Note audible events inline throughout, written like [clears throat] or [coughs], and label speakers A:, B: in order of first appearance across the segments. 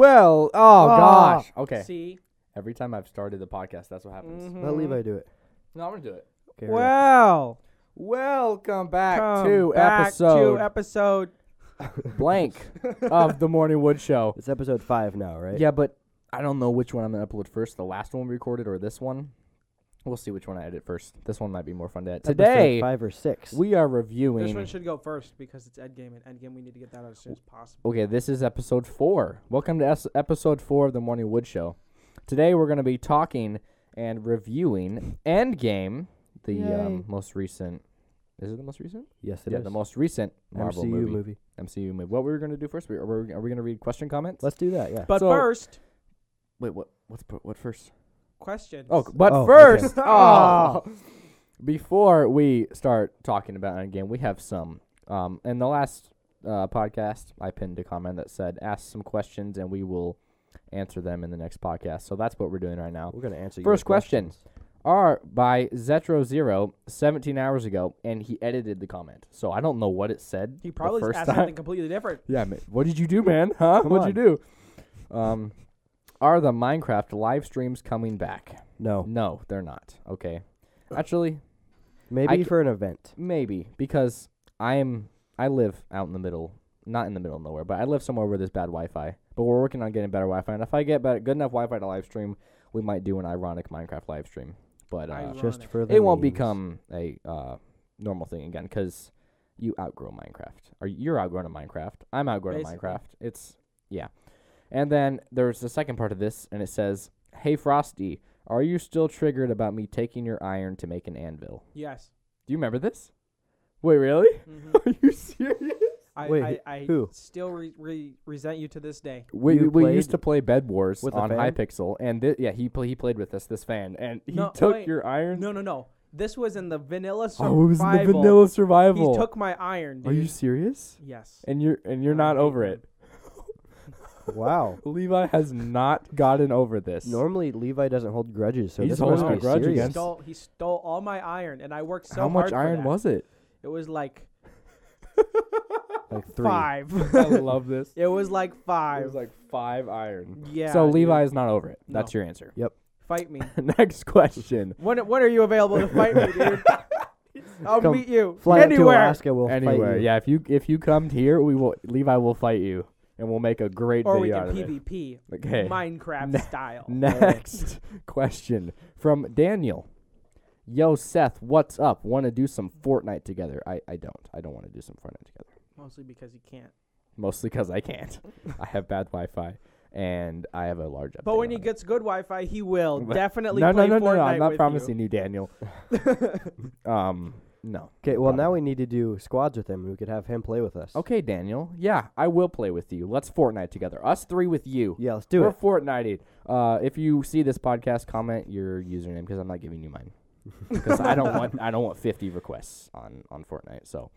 A: Well, oh,
B: Ah,
A: gosh. Okay.
C: See?
A: Every time I've started the podcast, that's what happens.
B: Let Levi do it.
A: No, I'm gonna do it.
B: Okay, hurry up.
C: Wow.
A: Welcome back
C: Come
A: to
C: back
A: episode
C: to episode.
A: [laughs] blank of the Morning Wood Show.
B: it's episode five now, right?
A: Yeah, but I don't know which one I'm gonna upload first—the last one we recorded or this one. We'll see which one I edit first. This one might be more fun to edit.
B: Episode
A: Today
B: five or six.
A: we are
C: This
A: reviewing.
C: one should go first because it's Endgame, and Endgame we need to get that out as soon as possible.
A: okay, this is episode four. Welcome to es- episode four of the Morning Wood Show. Today we're gonna be talking and reviewing Endgame, the
B: Yay.
A: um, most recent. Is it the most recent?
B: yes, it is.
A: yeah, the most recent Marvel
B: MCU
A: movie. MCU movie. What we were going to do first? We- Are we, are we going to read question comments?
B: Let's do that. Yeah.
C: But
A: So-
C: first,
A: Wait, what? What's pr- what first?
C: questions.
A: Oh, but
B: Oh, okay.
A: first, [laughs]
C: Aw.
A: oh, before we start talking about Endgame, we have some. Um, in the last uh, podcast, I pinned a comment that said, "Ask some questions, and we will answer them in the next podcast." So that's what we're doing right now.
B: We're gonna answer your
A: First question.
B: questions.
A: Are by Zetro Zero 17 hours ago, and he edited the comment. So I don't know what it said.
C: he
A: the
C: probably
A: first
C: asked
A: time.
C: something completely different.
A: [laughs] Yeah, man. What did you do, man? Huh?
B: Come
A: What'd you do? Um, are the Minecraft live streams coming back?
B: No,
A: No, they're not. Okay. Actually,
B: maybe
A: c-
B: for an event.
A: maybe because I am I live out in the middle, not in the middle of nowhere, but I live somewhere where there's bad Wi-Fi. But we're working on getting better Wi-Fi, and if I get better, good enough Wi-Fi to live stream, we might do an ironic Minecraft live stream. But uh,
C: Ironic.
B: Just for the
A: it won't
B: memes.
A: become a uh, normal thing again because you outgrow Minecraft. Or you're outgrown of Minecraft. I'm outgrown of
C: Basically.
A: Minecraft. It's yeah. And then there's the second part of this, and it says, "Hey Frosty, are you still triggered about me taking your iron to make an anvil?
C: Yes.
A: Do you remember this? Wait, really?
C: Mhm.
A: [laughs] Are you serious?
C: I,
B: Wait,
C: I, I
B: who?
C: still re- re- resent you to this day.
A: We,
B: You
A: we
B: played
A: used to play Bed Wars
B: with a
A: on
B: fan?
A: Hypixel, and thi- yeah, he pl- he played with us this fan, and he [laughs]
C: No,
A: took
C: wait.
A: your iron.
C: No, no, no. This was in the vanilla survival.
A: oh, it was in the vanilla survival.
C: He took my iron, dude.
A: are you serious?
C: yes.
A: And you're and you're
C: I
A: not
C: hate
A: over
C: him.
A: it.
B: [laughs]
A: [laughs]
B: Wow.
A: Levi has not gotten over this.
B: Normally Levi doesn't hold grudges, so
A: He's
B: this
A: holding
B: must
A: a
B: be
A: grudge
B: serious.
C: He
A: against-
C: stole, he stole all my iron, and I worked so
A: How much
C: hard for
A: iron
C: that.
A: was it?
C: It was like
B: Like three.
C: five. [laughs]
A: I love this.
C: it was like
A: It
C: five.
A: was like five iron.
C: yeah.
A: so
C: dude.
A: Levi is not over it. That's
C: No.
A: your answer. [laughs]
C: fight me.
A: Next question.
C: When when are you available to fight
A: [laughs]
C: me, dude? I'll
B: Come
C: meet you
B: Fly up to
C: anywhere.
B: Alaska, we'll
A: Anywhere,
B: fight you.
A: yeah. If you if you come here, we will Levi will fight you, and we'll make a great
C: Or we
A: video
C: can
A: out of it.
C: PvP,
A: Okay. [laughs]
C: Minecraft
A: Ne-
C: style.
A: Next [laughs] question from Daniel. Yo Seth, what's up? Want to do some Fortnite together? I, I don't. I don't want to do some Fortnite together.
C: Mostly because you can't.
A: Mostly because I can't. I have bad Wi-Fi, and I have a large.
C: But
A: update
C: when
A: on
C: he
A: it.
C: gets good Wi-Fi, he will
A: But-
C: definitely
A: [laughs] no,
C: play
A: no, no, no,
C: Fortnite
A: no, I'm
C: with
A: not
C: you.
A: promising you,
C: [laughs]
A: Daniel. um, no.
B: Okay, well now
A: Probably.
B: we need to do squads with him. We could have him play with us.
A: Okay, Daniel. Yeah, I will play with you. Let's Fortnite together. Us three with you.
B: Yeah, let's do
A: We're
B: it.
A: Fortnite. Uh, if you see this podcast, comment your username because I'm not giving you
B: [laughs]
A: mine because I don't want I don't want 50 requests on on Fortnite. So,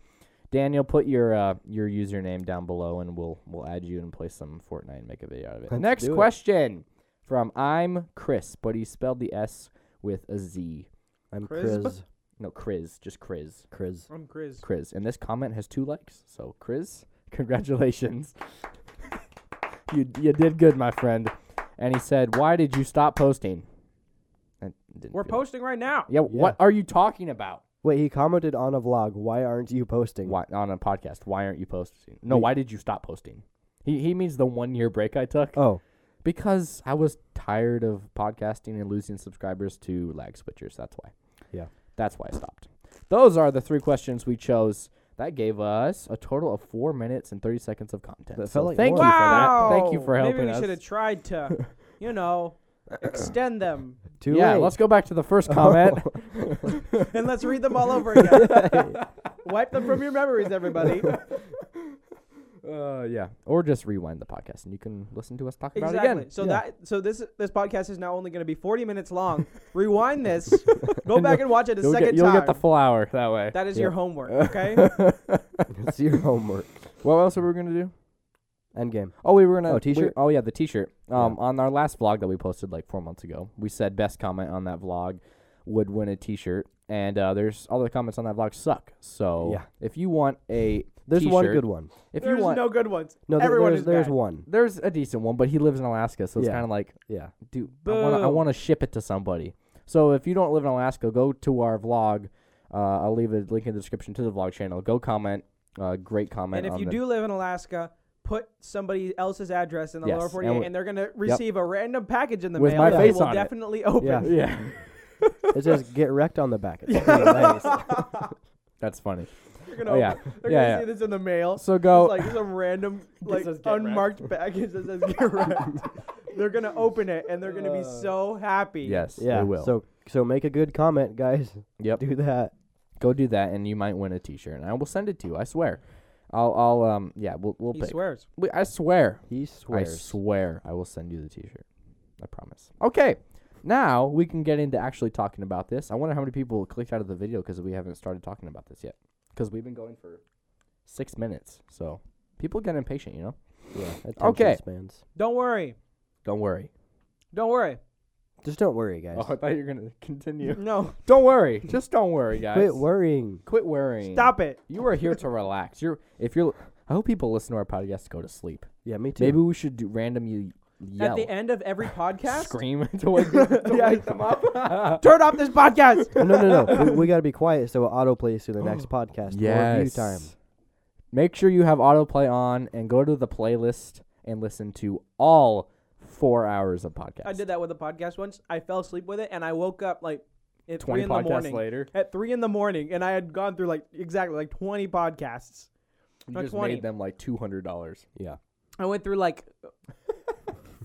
A: Daniel, put your uh, your username down below and we'll we'll add you and play some Fortnite and make a video out of it.
B: Let's
A: Next
B: do it.
A: question from I'm Chris, but he spelled the S with a Z.
B: I'm
C: Chris.
B: Chris.
A: No, Chris, just Chris.
B: Chris.
C: I'm Chris.
A: Chris. And this comment has two likes. So, Chris, [laughs] congratulations. [laughs] you you did good, my friend. And he said, "Why did you stop posting?" I didn't
C: We're
A: feel-
C: posting right now.
A: Yeah, What are you talking about?
B: Wait, he commented on a vlog. Why aren't you posting?
A: Why on a podcast? Why aren't you posting? No,
B: We-
A: why did you stop posting? He he means the one year break I took
B: Oh,
A: because I was tired of podcasting and losing subscribers to lag switchers. That's why.
B: Yeah.
A: That's why I stopped. Those are the three questions we chose. That gave us a total of four minutes and thirty seconds of content.
B: That
A: so
B: felt like
A: thank
B: more.
A: you for that.
C: Wow.
A: Thank you for helping
C: Maybe we
A: us.
C: should have
A: [laughs]
C: tried to, you know, extend them.
B: too
A: yeah,
B: late. [laughs]
A: let's go back to the [laughs] first comment.
C: And let's read them all over
A: [laughs]
C: again. Wipe them from your memories, everybody.
A: uh, yeah, or just rewind the podcast and you can listen to us talk about it
C: Exactly.
A: again.
C: So
A: Yeah.
C: that so this this podcast is now only going to be 40
A: [laughs]
C: minutes long. Rewind this. Go back and watch it a
A: you'll,
C: second
A: get, you'll
C: time.
A: get the full hour that way.
C: that is
A: Yeah. [laughs]
C: your homework, okay?
B: It's your homework.
A: What else were we gonna do?
B: End game.
A: Oh, we were gonna
B: Oh,
A: we-
B: t-shirt?
A: oh yeah, the t-shirt.
B: Yeah.
A: Um, on our last vlog that we posted like four months ago, we said best comment on that vlog would win a t-shirt, and uh, there's all the comments on that vlog suck. So
B: Yeah.
A: if you want a
B: There's one
A: t-shirt.
B: good one.
A: If
C: there's
A: you want,
C: no good ones.
B: No, th-
C: Everyone
B: there's
C: is
B: there's
C: bad. [laughs]
B: one.
A: there's a decent one, but he lives in Alaska, so it's
B: Yeah.
A: kind of like,
B: Yeah.
A: dude, I want to I
C: Boo.
A: want to ship it to somebody. So if you don't live in Alaska, go to our vlog. Uh, I'll leave a link in the description to the vlog channel. Go comment. Uh, great comment.
C: And if
A: on
C: you
A: [laughs] the-
C: do live in Alaska, put somebody else's address in the
A: Yes,
C: lower
A: and
C: 48, and,
A: we-
C: they're going to receive a random package in the
A: With
C: mail
A: my
C: that
A: face
C: will
A: on it.
C: definitely open.
B: Yeah.
A: yeah,
B: It says get wrecked on the back.
C: [laughs]
B: It's pretty nice.
A: that's funny.
C: They're gonna
A: Oh,
C: [laughs]
A: yeah,
C: open- They're
A: Yeah,
C: gonna
A: yeah.
C: see this in the mail.
A: So go.
C: It's like
A: [laughs]
C: some random like
B: says get
C: unmarked package that says get wrecked.
A: [laughs]
C: they're gonna open it and they're gonna be so happy.
A: Uh. yes,
B: Yeah.
A: they will.
B: So so make a good comment, guys.
A: yep.
B: Do that.
A: Go do that, and you might win a T-shirt, and I will send it to you. I swear. I'll. I'll. Um. Yeah. We'll. We'll
C: He
A: pick.
C: swears.
A: We- I swear.
B: He swears.
A: I swear. I will send you the T-shirt. I promise. Okay. Now we can get into actually talking about this. I wonder how many people clicked out of the video because we haven't started talking about this yet. Because we've been going for six minutes, so people get impatient. You know.
B: Yeah, attention
A: Okay.
B: Spans.
C: Don't worry.
A: Don't worry.
C: Don't worry.
B: Just don't worry, guys.
A: Oh, I thought you were gonna continue.
C: No.
A: [laughs] don't worry. Just don't worry, guys.
B: Quit worrying.
A: Quit worrying.
C: Stop it.
A: You are here to relax. You're if you're. I hope people listen to our podcast to go to sleep.
B: Yeah, me too.
A: Maybe we should do randomly yell,
C: At the end of
A: [laughs]
C: every podcast,
A: scream [laughs] to wake, to
C: [laughs]
A: wake them [laughs] up.
C: turn off this podcast.
B: [laughs] no, no, no. we, we got to be quiet so it autoplays
A: [gasps]
B: to the next podcast. More review time.
A: Make sure you have autoplay on and go to the playlist and listen to all four hours of podcast.
C: I did that with a podcast once. I fell asleep with it, and I woke up like at three
A: Twenty
C: in the
A: podcasts
C: morning.
A: later,
C: At three in the morning, and I had gone through like exactly like twenty podcasts.
A: you
C: Not
A: just
C: 20.
A: made them like two hundred dollars.
B: Yeah.
C: I went
A: [laughs]
C: through like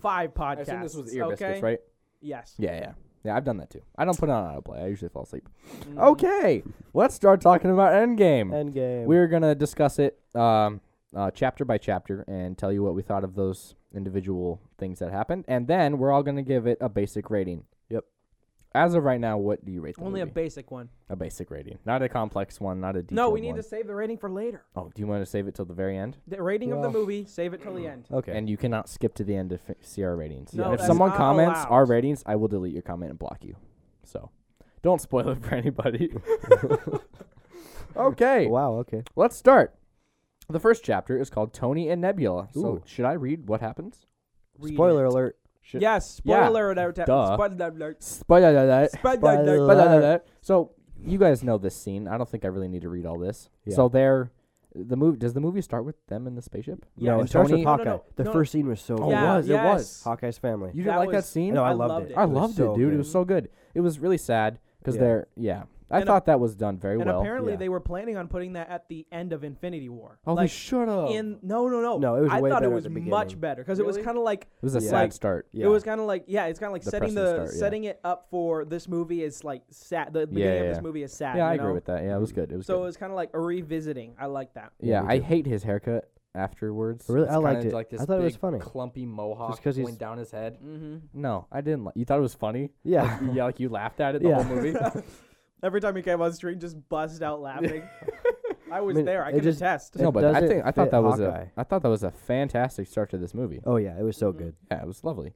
C: five podcasts.
A: I assume this was ear
C: okay?
A: biscuits, right?
C: Yes.
A: Yeah, yeah, yeah. I've done that too. I don't put it on autoplay. I usually fall asleep.
C: Mm.
A: Okay, let's start talking about Endgame.
B: End game.
A: Mm. We're gonna discuss it um, uh, chapter by chapter and tell you what we thought of those individual things that happened, and then we're all gonna give it a basic rating.
B: Yep.
A: As of right now, what do you rate the
C: Only a
A: movie?
C: basic one.
A: a basic rating, not a complex one, not a detailed
C: No, we need
A: one.
C: to save the rating for later.
A: Oh, do you want to save it till the very end?
C: The rating of
B: Well.
C: the movie, save it till the end.
B: okay.
A: And you cannot skip to the end to fi- see our ratings.
C: No,
A: And if
C: that's
A: someone
C: not
A: comments our
C: allowed.
A: ratings, I will delete your comment and block you. So, don't spoil it for anybody.
C: [laughs]
A: [laughs] okay.
B: wow. Okay.
A: Let's start. The first chapter is called Tony and Nebula. So
B: Ooh.
A: should I read what happens?
C: Read
B: Spoiler
C: it.
B: alert.
A: Should
C: Yes.
A: Yeah.
C: Spoiler alert.
A: Duh.
C: Spoiler alert.
A: Spoiler alert.
C: Spoiler alert.
B: Spoiler
A: Spoiler
B: alert.
A: alert. So you guys know this scene. I don't think I really need to read all this.
B: Yeah.
A: So they're the movie. Does the movie start with them in the spaceship?
C: Yeah,
B: no,
A: and
B: it starts
A: Tony-
B: with
C: No,
B: Hawkeye.
C: no, no,
B: the
C: no, no.
B: first scene was so
A: Oh, it
B: good.
C: Yeah,
A: was, it
C: yes.
A: was.
B: Hawkeye's family.
A: You
C: That
A: didn't like that
C: was-
A: scene?
B: No, I
C: I
B: loved,
C: loved
B: it.
C: it.
A: I
B: was
A: loved
B: so
A: it, dude. It
B: good.
A: was so good. It was really sad because
B: Yeah.
A: they're yeah. I
C: And a-
A: thought that was done very
C: And
A: well.
C: apparently
B: Yeah.
C: they were planning on putting that at the end of Infinity War.
A: oh, they
C: like
A: shut up.
C: in no no no.
B: No, it was
C: I
B: way
C: thought
B: better
C: it
B: at
C: was
B: the
C: much
B: beginning.
C: better because it was
A: Really?
C: kind of like
A: it was a
B: Yeah.
A: sad
C: like-
A: start.
B: Yeah.
C: it was kind of like yeah, it's kind of like setting
A: Depressing
C: the
A: start, yeah.
C: setting it up for this movie is like sad. The
A: yeah,
C: beginning of
A: yeah.
C: this movie is sad.
A: Yeah, I
C: you
A: agree
C: know?
A: with that. Yeah, it was good. It was
C: So it
A: good.
C: was kind of like a revisiting. I like that.
B: Yeah,
A: yeah,
B: me
A: I
B: too.
A: hate his haircut afterwards.
B: Really?
A: It's
B: I liked
A: kinda
B: it.
A: Like
B: I
A: this
B: thought it was
A: big
B: funny.
A: Clumpy mohawk
B: 'cause he's-
A: going down his head.
C: Mm-hmm.
A: No, I didn't. Li- you thought it was [laughs] funny?
B: Yeah.
A: yeah, like you laughed at it the
B: Yeah.
A: whole
B: [laughs]
A: movie.
C: Every time he came on screen, just bust
A: [laughs]
C: out laughing. [laughs] I was
B: I mean,
C: there. I
B: it
C: can
B: just-
C: attest. [laughs]
A: no,
B: It
A: but I
B: doesn't
A: think I thought
B: fit
A: that was
B: Hawkeye.
A: a I thought that was a fantastic start to this movie.
B: Oh yeah, it was so
C: Mhm.
B: good.
A: Yeah, it was lovely.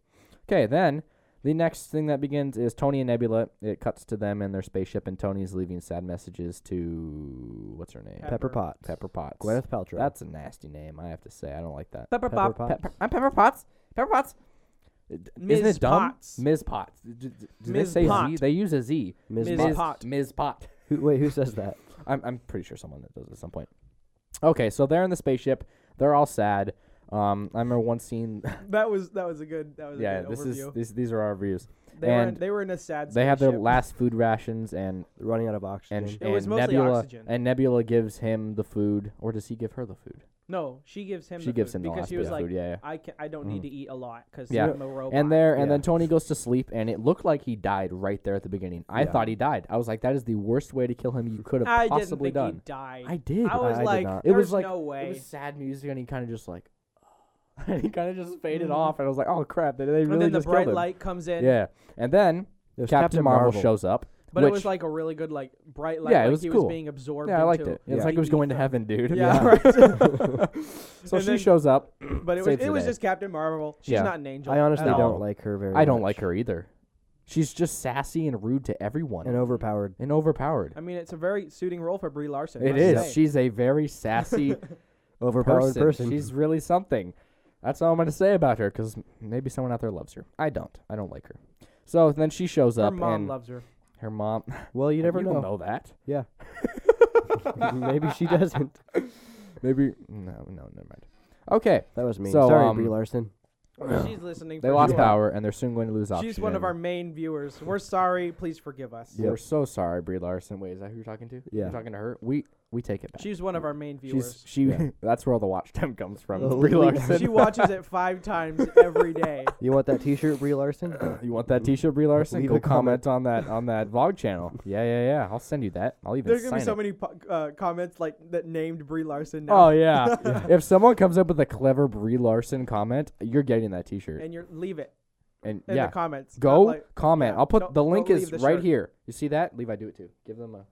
A: Okay, then the next thing that begins is Tony and Nebula. It cuts to them in their spaceship, and Tony's leaving sad messages to what's her name,
C: Pepper.
B: Pepper Potts.
A: Pepper Potts.
B: Gwyneth Paltrow.
A: That's a nasty name. I have to say, I don't like that.
C: Pepper
B: Pepper
C: Pop.
B: Potts.
A: Pepper, I'm Pepper Potts. Pepper Potts. Uh, d- Isn't
C: Ms.
A: it dumb?
C: Potts.
A: Ms. Potts. D- d- d- Do
C: Ms.
A: they say Z?
C: Pot.
A: They use a Z.
B: Ms.
C: Ms.
B: Potts.
C: Potts. Pot.
A: Ms. Pot.
B: Who, wait, who says that?
A: I'm, I'm pretty sure someone that does at some point. Okay, so they're in the spaceship. They're all sad. Um, I remember one scene.
C: That was that was a good that
A: [laughs]
C: was
A: yeah,
C: a good
A: this
C: overview.
A: is this, these are our reviews.
C: they were in,
A: and
C: they were in a sad.
A: They have their
C: spaceship.
A: last food rations, and
B: Running out of oxygen.
A: and,
C: It was
A: and
C: mostly
A: Nebula
C: oxygen.
A: and Nebula gives him the food, or does he give her the food?
C: No, she gives him.
A: she
C: the
A: gives
C: food
A: him the
C: because
A: last
C: she
A: bit
C: was
A: of
C: like,
A: food. Yeah, yeah.
C: I can I don't need to eat a lot because
A: Mm. Yeah.
C: I'm a robot.
A: And there, and
B: Yeah.
A: then Tony goes to sleep, and it looked like he died right there at the beginning. I
B: Yeah.
A: thought he died. I was like, that is the worst way to kill him you could have
C: I didn't
A: possibly
C: think
A: done.
C: he died.
A: I did.
C: I was
B: I did
C: like,
B: not.
A: it was
C: "There's
A: like
C: no
A: it
C: way.
A: was sad music, and he kind of just like, [laughs] and he kind of just faded off, and I was like, oh crap, they, they really
C: Mm-hmm. and then the
A: just
C: bright
A: killed him.
C: light comes in.
A: Yeah, and then
B: It was
A: Captain, Marvel, shows up,
C: But
A: which,
C: it was like a really good like bright light.
A: Yeah, it
C: like
A: was
C: he
A: cool.
C: was being absorbed.
A: yeah, I liked
C: into
A: it. It's
C: the
A: like it was
C: TV
A: going to
C: film.
A: heaven, dude. [laughs]
C: Yeah, [laughs] right.
A: So
C: And
A: she
C: then-
A: shows up.
C: But it was
A: Saves the
C: it was
A: day.
C: just Captain Marvel. She's
A: Yeah.
C: not an angel.
B: I honestly
C: at all.
B: don't like her very.
A: I don't
B: much.
A: like her either. She's just sassy and rude to everyone
B: and overpowered.
A: and overpowered.
C: I mean, it's a very suiting role for Brie Larson.
A: It
C: must
A: is.
C: say.
A: She's a very
C: [laughs]
A: sassy
B: Overpowered
A: person.
B: person.
A: She's really something. That's all I'm going to say about her because maybe someone out there loves her. I don't. I don't like her. So then she shows
C: Her
A: up
C: mom
A: and
C: loves her.
A: her
C: [laughs]
A: mom.
B: well, you never
A: you
B: know.
A: Don't know that.
B: Yeah. [laughs] Maybe she doesn't.
A: Maybe no, no, never mind. Okay,
B: That was me.
A: So,
B: Sorry,
A: um,
B: Brie Larson.
C: She's
A: [clears throat]
C: listening.
A: they
C: for
A: lost
C: sure.
A: power and they're soon going to lose oxygen.
C: She's one of our main viewers. We're sorry. Please forgive us.
A: We're so sorry, Brie Larson. Wait, is that who you're talking to?
B: Yeah.
A: You're talking to her. We we take it back.
C: She's one of our main
A: She's
C: viewers.
A: she.
B: Yeah.
A: [laughs] that's where all the watch time comes from.
B: Oh,
A: Brie
B: yeah.
A: Larson.
C: she watches it
A: [laughs]
C: five times every day.
B: You want that T-shirt, Brie Larson?
A: [coughs] you want that T-shirt, Brie Larson?
B: Leave
A: Go
B: a comment.
A: comment on that on that vlog
C: [laughs]
A: channel. Yeah, yeah, yeah. I'll send you that. I'll even
C: There's
A: sign
C: gonna be so
A: it.
C: many po- uh, comments like that named Brie Larson now,
A: Oh
C: [laughs]
A: yeah. If someone comes up with a clever Brie Larson comment, you're getting that T-shirt. And,
C: and you leave it in
A: yeah,
C: the comments. Not
A: go
C: like-
A: comment.
C: yeah,
A: I'll put
C: don't-
A: the
C: don't
A: link
C: leave
A: is
C: the
A: right
C: shirt.
A: here. You see that? Levi, do it too. Give them a.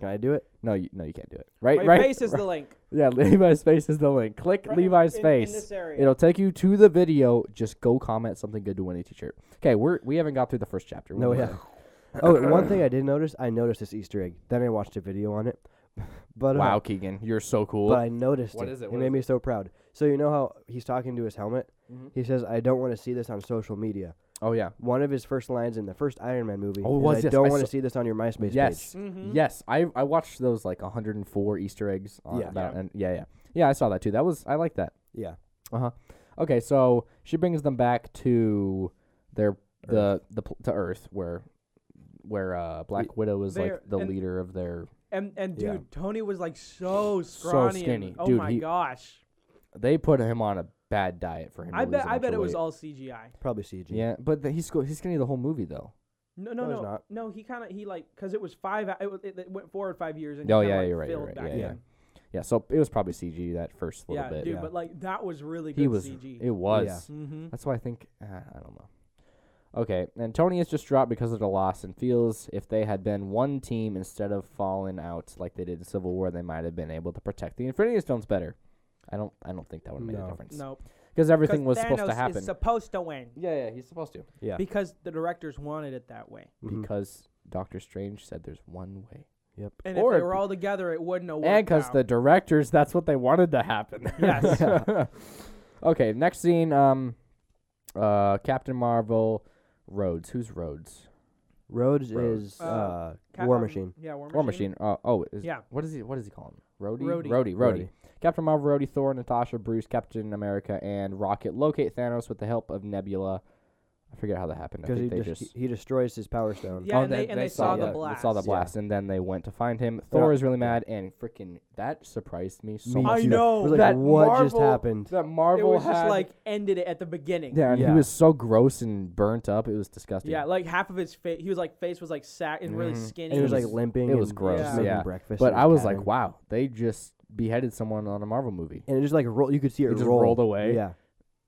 B: Can I do it?
A: No, you no, you can't do it. Right,
C: My
A: right.
C: face is the link.
A: Yeah, [laughs] Levi's face is the link. Click
C: Right
A: Levi's
C: in- in
A: face.
C: this area.
A: It'll take you to the video. Just go comment something good to win a t-shirt. Okay, we're we haven't got through the first chapter. We're
B: No, we
A: almost
B: haven't. Oh, and one thing I did notice, I noticed this Easter egg. Then I watched a video on it. [laughs] But
A: there.
B: uh,
A: Wow, Keegan, you're so cool.
B: But I noticed
A: What
B: it.
A: is it?
B: It
A: What
B: made
A: is
B: me so proud. So you know how he's talking to his helmet?
A: Mhm.
B: He says, "I don't want to see this on social media."
A: oh yeah.
B: One of his first lines in the first Iron Man movie
A: Oh,
B: is,
A: was
B: "I
A: this-
B: don't
A: I
B: want to
A: saw-
B: see this on your MySpace
A: Yes.
C: Mhm.
A: Yes. I I watched those like 104 Easter eggs on
B: Yeah.
A: about
C: Yeah.
A: and yeah, yeah. Yeah, I saw that too. That was I like that.
B: page." Yeah.
A: Uh-huh. Okay, so she brings them back to their the the pl- to Earth where where uh Black Widow is like
C: they're-
A: the
C: and-
A: leader of their
C: And and dude,
B: Yeah.
C: Tony was like so scrawny. and-
A: skinny.
C: oh
A: Dude,
C: my
A: he-
C: gosh.
A: they put him on a bad diet for him.
C: I
A: to
C: bet
A: lose a
C: I
A: bunch
C: bet
A: of
C: it was
A: weight.
C: all CGI.
B: Probably CG.
A: Yeah, but the, he's sco- he's skinny the whole movie though.
C: No, no,
B: No,
C: no,
B: it's
C: no.
B: not.
C: he kind of he like because it was five. It, was, it, it went forward five years. And he
A: Oh,
C: kinda,
A: yeah,
C: like,
A: you're right, you're
C: filled
A: right.
C: back
A: Yeah,
C: in.
A: yeah. Yeah, so it was probably CG that first little
C: Yeah,
A: bit.
C: dude,
B: yeah.
C: but like that was really good
A: he was.
C: CG.
A: It was.
C: mm-hmm.
A: That's why I think uh, I don't know. Okay, and Tony is distraught because of the loss and feels if they had been one team instead of falling out like they did in Civil War, they might have been able to protect the Infinity Stones better. I don't. I don't think that would have made a
B: No.
A: difference.
C: No,
A: because everything was
C: Thanos
A: supposed to happen.
C: Is supposed to win
A: yeah, yeah, he's supposed to.
B: Yeah.
C: because the directors wanted it that way.
B: Mhm.
A: Because Doctor Strange said there's one way.
C: And
A: Or
C: if
A: it
C: they were all together, it wouldn't have worked.
A: And because
C: out.
A: the directors, that's what they wanted to happen.
C: [laughs]
A: [laughs]
C: Yes.
A: okay, next scene. Um, uh, Captain Marvel, Rhodes. Who's Rhodes?
B: Rhodes
A: Rhodes.
B: is
C: Uh,
B: uh,
C: Cap-
B: War
C: um,
B: Machine.
C: Yeah, War Machine.
A: War Machine. Uh, oh, is,
C: Yeah.
A: What is he? What does he call him? Rhodey.
C: Rhodey.
A: Rhodey.
B: Rhodey.
A: Captain Marvel, Rhodey, Thor, Natasha, Bruce, Captain America, and Rocket locate Thanos with the help of Nebula. I forget how that happened. I
B: Because
A: think
B: he,
A: they
B: just,
A: just.
B: he destroys his power stone.
C: Yeah,
A: Oh,
C: and they, and they, saw, the
A: yeah,
C: blast.
A: They saw the
B: Yeah.
A: blast, and then they went to find him.
B: They're
A: Thor
B: all-
A: is really mad, and freaking that surprised me so
B: Me
A: much.
C: I
B: too.
C: know,
B: It was like,
A: that
B: what just
A: Marvel-
B: happened?
A: That
C: It
A: Marvel
C: was just
A: had
C: like ended it at the beginning.
A: Yeah, and he
B: Yeah.
A: was so gross and burnt up. It was disgusting.
C: Yeah, like half of his face, he was like face was like sack and really
A: Mhm.
C: skinny.
B: And he was
A: was-
B: like limping.
A: it was
B: and
A: gross.
B: making
A: Yeah.
B: Breakfast.
A: but
B: and
A: I was
B: patting.
A: like, wow, they just beheaded someone on a Marvel movie.
B: And it just like roll. You could see it,
A: It just
B: roll.
A: rolled away.
B: Yeah.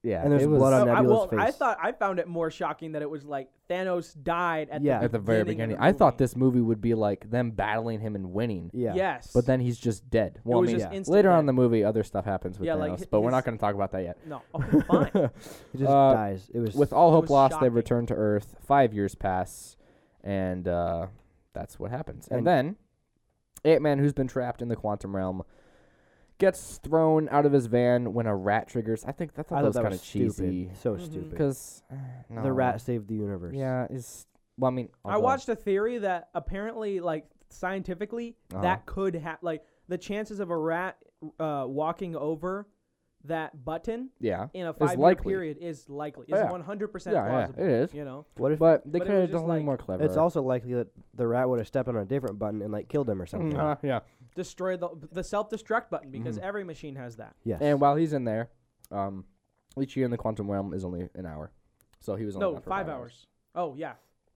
A: Yeah,
B: And there's
A: it was
B: blood on
C: So I,
B: Nebula's
C: well, I
B: face.
C: thought I found it more shocking that it was like Thanos died at
B: Yeah.
C: the
A: at the very beginning.
C: of the
A: I thought
C: movie.
A: this movie would be like them battling him and winning,
B: Yeah.
C: Yes,
A: but then he's just dead. Well,
C: was
A: I mean,
C: just instant
A: later on in
C: death.
A: the movie, other stuff happens with
C: Yeah,
A: Thanos,
C: like, hi-
A: but we're
C: his-
A: not going to talk about that yet.
C: no,
A: [laughs]
C: okay, fine.
B: It just
A: Uh,
B: dies. It was.
A: With all hope
C: was
A: lost, they
C: shocking.
A: return to Earth. Five years pass, and uh, that's what happens. And,
B: And-
A: then Ant Man, who's been trapped in the quantum realm, gets thrown out of his van when a rat triggers. I think I thought
B: I
A: that
B: thought
A: was
B: that
A: kind
B: was
A: of cheesy
B: stupid. So
C: Mhm.
B: stupid.
A: because no,
B: The rat saved the universe.
A: Yeah, is well, I mean,
C: I
A: although-
C: watched a theory that apparently, like scientifically,
A: Uh-huh.
C: that could have like the chances of a rat uh, walking over that button
A: Yeah,
C: in a
A: Is
C: five year
A: likely.
C: period is likely.
A: Yeah.
C: Is one hundred percent
A: Yeah, yeah,
C: plausible.
A: it is.
C: You know,
B: What if?
A: but they
C: But it
A: could
C: was
A: have
C: just
A: done something
C: like-
A: more clever.
B: It's also likely that the rat would have stepped on a different button and like killed him or something.
C: Mm-hmm.
A: Uh, [laughs] yeah.
C: destroy the the self destruct button because
A: Mm-hmm.
C: every machine has that.
B: Yes.
A: And while he's in there, um, each year in the quantum realm is only an hour, so he was only
C: No,
A: gone for
C: five hours. Oh yeah,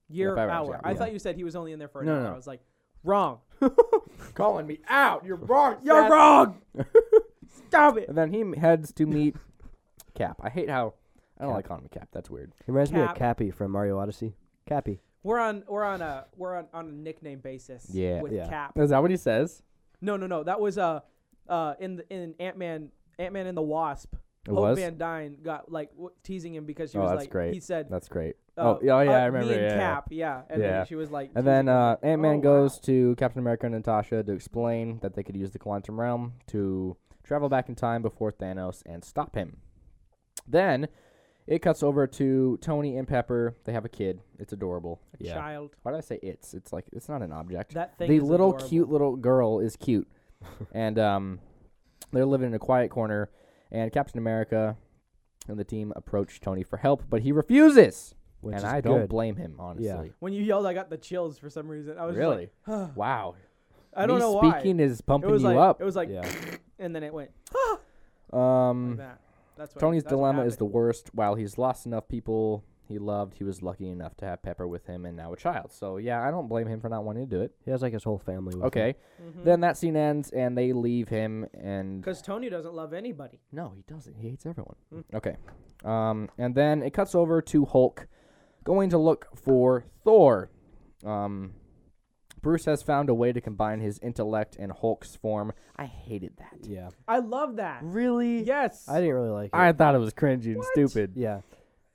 C: year
A: five
C: hour.
A: hours, yeah.
C: I
A: Yeah.
C: thought you said he was only in there for an
A: No,
C: hour.
A: no.
C: I was like, wrong.
A: Calling me out. You're
C: [laughs]
A: wrong.
C: You're wrong. Stop it.
A: And then he m- heads to
C: [laughs]
A: meet Cap. I hate how I don't like calling him Cap. That's weird.
B: It reminds me
C: Cap.
B: of Cappy from Mario Odyssey. Cappy.
C: We're on we're on a we're on, on a nickname basis.
A: Yeah.
C: With
B: Yeah.
C: Cap.
A: Is that what he says?
C: No, no, no. That was uh uh in the, in Ant Man Ant Man and the Wasp.
A: It
C: Hope
A: was?
C: Van Dyne got like w- teasing him because she
A: Oh,
C: was
A: that's
C: like,
A: great.
C: he said,
A: That's great.
C: uh,
A: oh, yeah, oh, yeah,
C: uh,
A: I remember.
C: Me and
A: yeah.
C: Cap, yeah, and
A: Yeah.
C: then she was like,
A: And then
C: teasing him.
A: uh, Ant Man
C: Oh,
A: goes
C: wow.
A: to Captain America and Natasha to explain that they could use the quantum realm to travel back in time before Thanos and stop him. Then it cuts over to Tony and Pepper. They have a kid. It's adorable.
C: A child.
A: Why did I say it's? It's like it's not an object.
C: That thing.
A: the
C: is
A: little
C: adorable.
A: cute little girl is
C: [laughs]
A: cute, and um, they're living in a quiet corner. And Captain America and the team approach Tony for help, but he refuses.
B: Which
A: and
B: is
A: I don't
B: good.
A: blame him, honestly.
C: When you yelled, I got the chills for some reason. I was just like,
A: Really? wow.
C: I don't
A: Me
C: know
A: Speaking is
C: why.
A: pumping
C: It was
A: you
C: like
A: up.
C: it was like,
B: yeah.
C: and then it went like
A: Um,
C: that. That's what,
A: Tony's
C: that's what
A: dilemma is the
C: happened.
A: worst. While he's lost enough people he loved, he was lucky enough to have Pepper with him and now a child. So yeah, I don't blame him for not wanting to do it.
B: He has like his whole family. With
A: Okay.
C: Hmm. Mm-hmm.
A: Then that scene ends and they leave him and
C: because Tony doesn't love anybody.
A: no, he doesn't. He hates everyone.
C: Mm.
A: Okay. Um, and then it cuts over to Hulk going to look for Thor. Um, Bruce has found a way to combine his intellect and Hulk's form. I hated that.
B: him. Yeah.
C: I love that.
B: Really?
C: Yes,
B: I didn't really like it.
A: I thought it was cringy and
C: What?
A: stupid.
B: yeah.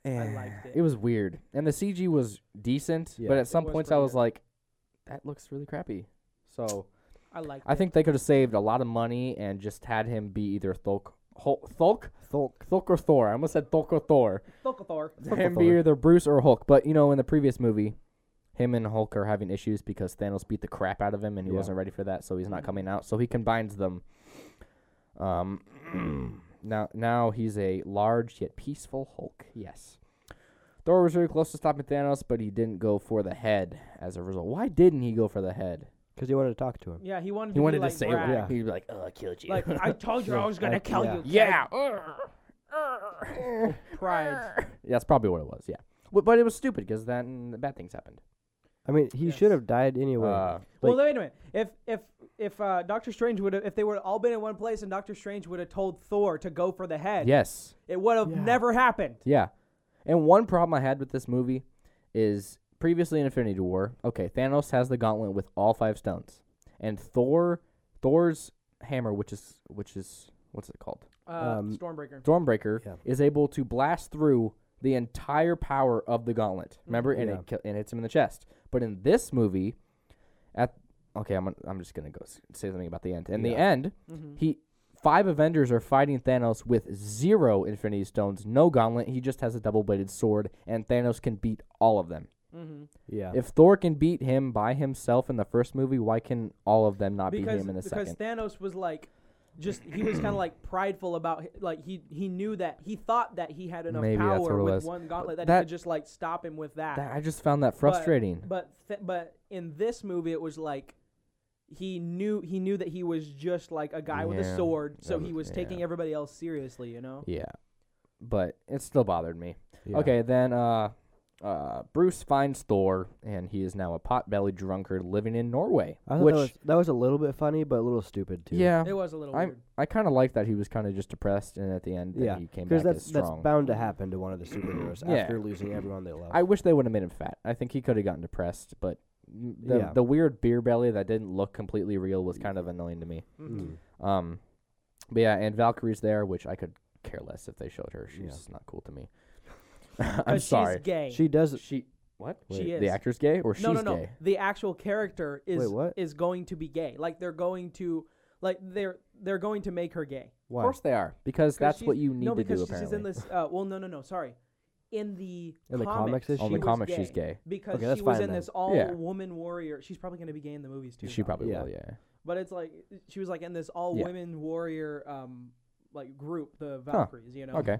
A: Eh,
C: liked it.
A: It was weird, and the CG was decent,
B: Yeah.
A: but at
C: It
A: some
C: was
A: points I
C: pretty
A: was
C: good.
A: like, "That looks really crappy." So
C: I liked
A: I
C: it.
A: think they could have saved a lot of money and just had him be either Thulk, Hulk, Thulk,
B: Thulk.
A: Thulk or Thor. I almost said Thulk or Thor.
C: Thulkathor.
A: [laughs] Him
B: Thor.
A: be either Bruce or Hulk. But you know, in the previous movie, him and Hulk are having issues because Thanos beat the crap out of him, and he
B: Yeah.
A: wasn't ready for that, so he's not
C: Mhm.
A: coming out. So he combines them. Um, [clears throat] now now he's a large yet peaceful Hulk. Yes. Thor was very close to stopping Thanos, but he didn't go for the head. As a result, why didn't he go for the head?
B: Because he wanted to talk to him.
C: Yeah, he wanted.
A: He
C: to
A: wanted
C: be like
A: to say
C: Brad.
A: it.
B: Yeah.
A: He'd be like, "Oh, I killed you."
C: Like
A: [laughs]
C: I told you, I was gonna
B: Like,
C: kill
B: yeah.
C: you.
A: yeah.
C: Pride.
A: That's probably what it was. Yeah. But, but it was stupid because then bad things happened.
B: I mean, he
C: Yes.
B: should have died anyway.
A: Uh,
C: well, wait a minute. If if if uh, Doctor Strange would have, if they would all been in one place, and Doctor Strange would have told Thor to go for the head,
A: yes.
C: it would have
B: Yeah.
C: never happened.
A: Yeah. And one problem I had with this movie is previously in Infinity War, okay, Thanos has the gauntlet with all five stones. And Thor Thor's hammer, which is which is what's it called?
C: Uh,
B: Um,
C: Stormbreaker.
A: Stormbreaker
B: Yeah.
A: is able to blast through the entire power of the gauntlet. Remember? And
B: Yeah.
A: it kill, and hits him in the chest. But in this movie at okay, I'm gonna- I'm just going to go s- say something about the end. In the
B: Yeah.
A: end,
C: Mhm.
A: he five Avengers are fighting Thanos with zero Infinity Stones, no gauntlet. He just has a double-bladed sword, and Thanos can beat all of them.
C: Mhm.
B: yeah.
A: If Thor can beat him by himself in the first movie, why can all of them not beat
C: Because
A: him in the
C: because
A: second?
C: Thanos was like, just he was kind of like prideful about hi- like he he knew that he thought that he had enough
A: Maybe that's what
C: power
A: it
C: with
A: was.
C: one gauntlet that,
A: that-
C: he could just like stop him with that.
A: That- I just found that frustrating.
C: But th- but in this movie, it was like he knew he knew that he was just like a guy with
A: Yeah.
C: a sword, so
A: Um,
C: he was taking
A: yeah.
C: everybody else seriously. You know,
A: yeah, but it still bothered me.
B: yeah.
A: Okay, then uh, uh, Bruce finds Thor, and he is now a pot-bellied drunkard living in Norway.
B: I thought
A: which
B: that, was, that was a little bit funny, but a little stupid too.
A: yeah,
C: it was a little
A: I'm-
C: weird.
A: I kind of like that he was kind of just depressed, and at the end, that
B: Yeah,
A: he came
B: Because
A: back
B: that's
A: as strong.
B: that's bound to happen to one of the superheroes
A: Yeah.
B: after losing everyone they love.
A: I wish they would have made him fat. I think he could have gotten depressed, but m- the
B: Yeah.
A: the weird beer belly that didn't look completely real was kind of annoying to me.
C: Mm-hmm.
B: Mm.
A: Um, but yeah, and Valkyrie's there, which I could care less if they showed her. She's
B: Yeah.
A: not cool to
C: [laughs]
A: me. [laughs]
C: 'Cause
A: I'm sorry.
C: She's gay.
B: She does.
A: She what?
C: She
A: Wait,
C: is.
A: the actor's gay or she's
C: no, no, no.
A: gay?
C: The actual character is
B: Wait, what?
C: is going to be gay. Like they're going to like they're they're going to make her gay.
A: Of
B: Why?
A: course they are because that's
C: she's-
A: what you need
C: no,
A: to
C: because
A: do.
C: she's
A: Apparently,
C: in this. Uh, well, no, no, no. Sorry, in the
B: In the comics,
C: comics,
B: is
C: she
A: on the
C: was
A: comics, she's gay.
C: because
B: Okay, that's
C: she was
B: fine
C: in
B: then.
C: this all
A: Yeah.
C: woman warrior. She's probably going to be gay in the movies too.
A: She
C: though.
A: probably
B: Yeah.
A: will. Yeah.
C: But it's like she was like in this all
A: Yeah.
C: women warrior um like group, the
A: Huh.
C: Valkyries, you know.
A: Okay.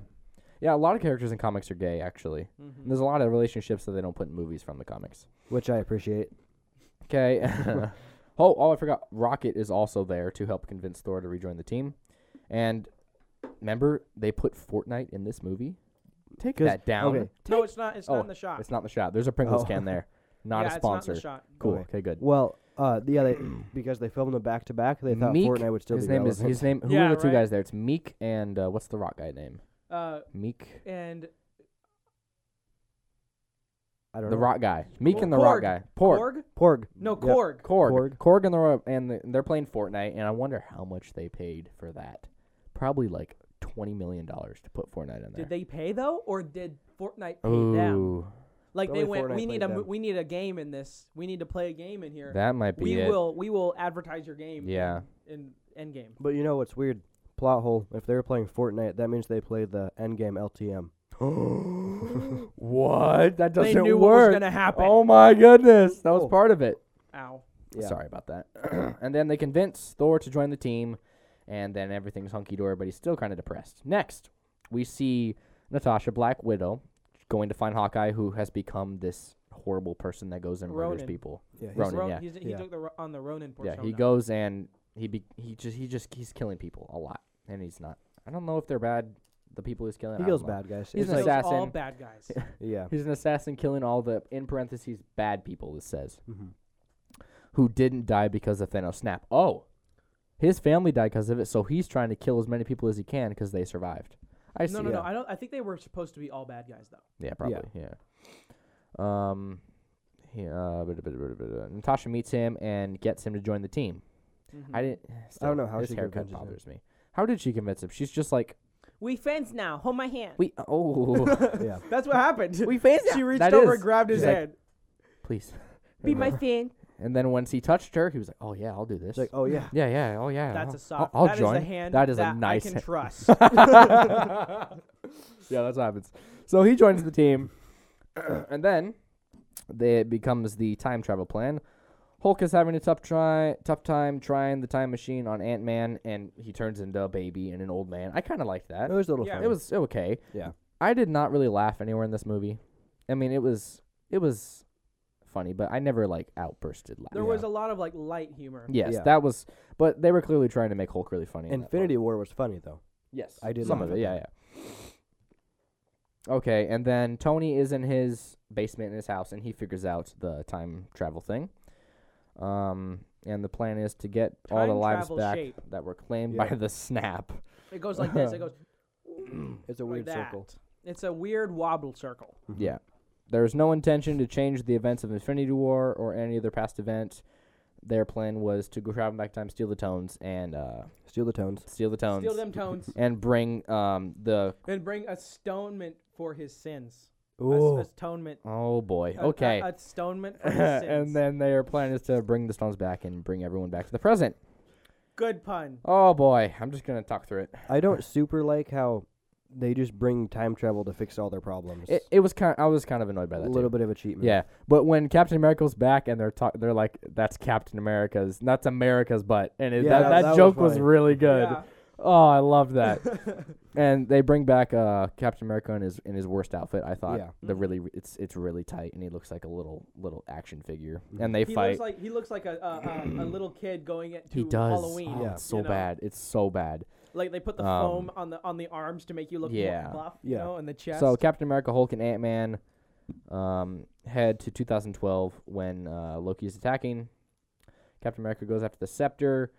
A: Yeah, a lot of characters in comics are gay. Actually,
C: Mhm.
A: there's a lot of relationships that they don't put in movies from the comics.
B: Which I appreciate.
A: Okay. oh, oh, I forgot. Rocket is also there to help convince Thor to rejoin the team. And remember, they put Fortnite in this movie. Take
B: 'Cause-
A: that down.
B: okay.
C: No, it's not. It's
A: Oh,
C: not in the shot.
A: It's not in the shot. There's a Pringles
B: Oh.
A: can there. Not
C: yeah,
A: a
C: it's
A: sponsor.
C: Not in the shot.
A: Cool.
B: Okay.
A: Okay, good.
B: Well, uh,
A: [clears throat]
B: yeah, they, because they filmed them back to back, they thought
A: Meek,
B: Fortnite would still
A: his
B: be
A: name
B: relevant.
A: is his name. Who
C: Yeah,
A: are the two
C: right.
A: guys there? It's Meek and uh, what's the rock guy name?
C: Uh,
A: Meek.
C: and
B: [laughs] I don't
A: The
B: know.
A: rock guy. Meek
C: Well,
A: and the rock
C: Korg.
A: guy. Pork.
C: Korg?
B: Porg.
C: No,
B: Yep.
C: Korg.
A: Korg. Korg. and the ro- and the, they're playing Fortnite, and I wonder how much they paid for that. Probably like twenty million dollars to put Fortnite in there.
C: Did they pay though, or did Fortnite pay them?
A: Ooh,
C: Like
B: Only
C: they went,
B: Fortnite
C: we need
B: played
C: a mo-
B: them.
C: we need a game in this. We need to play a game in here.
A: that might be
C: we
A: it.
C: will we will advertise your game.
A: Yeah.
C: In, in Endgame.
B: But you know what's weird? Plot hole. If they were playing Fortnite, that means they played the endgame LTM.
A: [gasps] what? That doesn't
C: They knew what was
A: work.
C: gonna happen.
A: oh my goodness, that was
B: Oh.
A: part of it.
C: Ow.
B: Yeah.
A: Sorry about that. [clears throat] and then they convince Thor to join the team, and then everything's hunky dory, but he's still kind of depressed. Next, we see Natasha Black Widow going to find Hawkeye, who has become this horrible person that goes and murders
C: Ronan.
A: people.
B: Yeah.
A: Ronan,
C: He's Ro-
A: yeah.
C: he's- he
B: Yeah.
C: took the Ro- on the Ronin
A: yeah,
C: persona.
A: he goes and he be, he just he just he's killing people a lot, and he's not. I don't know if they're bad. The people he's killing.
B: He
A: I don't
B: goes
A: know.
B: bad, guys.
A: He's
B: It's
A: an
C: Kills
B: like,
A: assassin.
C: all bad guys.
B: yeah.
A: He's an assassin killing all the in parentheses bad people. It says
B: Mhm.
C: [laughs]
A: who didn't die because of Thanos snap. Oh, his family died because of it, so he's trying to kill as many people as he can because they survived. I see.
C: no, no, no.
B: yeah.
C: I don't. I think they were supposed to be all bad guys though.
A: Yeah, probably. Yeah. Um. He, uh, blah, blah, blah, blah, blah. Natasha meets him and gets him to join the team.
C: Mhm.
A: Mm-hmm. I didn't.
B: I don't know how
A: his
B: she
A: haircut
B: convinces him.
A: bothers me. How did she convince him? She's just like
C: We fans now. Hold my hand.
A: we.
C: [laughs]
A: Oh,
B: Yeah.
C: That's what happened.
A: we fans.
C: she
A: now.
C: reached
A: That
C: over
A: is-
C: and grabbed his
A: She's like, "Uh-huh."
C: hand.
A: Please.
C: Be my fan.
A: And then once he touched her, he was like, "Oh yeah, I'll do this."
B: It's like, oh
C: [laughs]
B: yeah.
A: Yeah, yeah, oh yeah.
C: That's
A: I'll-
C: a soft.
A: I'll, I'll
C: that is
A: join.
C: a hand
A: that is a
C: that
A: nice.
C: I can
A: hand. [laughs]
C: trust.
A: yeah, that's what happens. So he joins the team, [clears throat] and then they, it becomes the time travel plan. Hulk is having a tough try, tough time trying the time machine on Ant Man, and he turns into a baby and an old man. I kind of like that.
B: It was a little
C: Yeah.
B: funny.
A: It was okay.
B: Yeah.
A: I did not really laugh anywhere in this movie. I mean, it was it was funny, but I never like outbursted laughing.
C: There was a lot of like light humor.
A: Yes,
B: Yeah.
A: that was. But they were clearly trying to make Hulk really funny. in that part.
B: Infinity War was funny though.
A: Yes,
B: I did
A: some
B: laugh
A: of it.
B: at
A: Yeah, yeah. Okay, and then Tony is in his basement in his house, and he figures out the time travel thing. Um, and the plan is to get all the
C: Time
A: lives
C: travel
A: back
C: shape.
A: that were claimed
B: Yeah.
A: by the snap.
C: It goes like this.
A: [laughs]
C: It goes
B: It's a
C: like
B: weird
C: that.
B: circle.
C: It's a weird wobble circle.
A: Yeah. There is no intention to change the events of Infinity War or any other past event. Their plan was to go travel back in time, steal the tones, and uh,
B: Mm-hmm. Steal the tones.
A: steal the tones,
C: Steal them tones
A: and bring um the
C: and bring atonement for his sins. A-
B: Ooh.
C: Atonement.
A: oh boy,
C: A- a-
A: okay. [laughs]
C: Atonement for his sins.
A: and then their plan is to bring the stones back and bring everyone back to the present.
C: Good pun.
A: Oh boy, I'm just gonna talk through it.
B: I don't super like how they just bring time travel to fix all their problems.
A: It, it was kind. I was kind of annoyed by
B: a
A: that.
B: little
A: too.
B: bit of a cheat move.
A: Yeah, but when Captain America's back and they're talk, they're like, "That's Captain America's, that's America's butt," and it,
B: Yeah,
A: that,
B: that-
A: that,
B: that was
A: joke was,
B: funny.
A: really good.
C: Yeah.
A: Oh, I loved that. [laughs]
C: [laughs]
A: and they bring back uh, Captain America in his in his worst outfit. I thought
B: Yeah.
A: the
C: Mhm.
A: really it's it's really tight, and he looks like a little little action figure.
B: Mhm.
A: And they
C: He
A: fight.
C: looks like he looks like a a, a, a little kid going at to
A: he does.
C: Halloween.
A: Oh,
B: Yeah.
A: it's so
C: you know?
A: bad. It's so bad.
C: Like they put the
A: Um,
C: foam on the on the arms to make you look
A: yeah.
C: more buff, you
B: Yeah.
C: know, in the chest.
A: So Captain America, Hulk, and Ant Man um, head to 2012 when uh, Loki is attacking. Captain America goes after the scepter,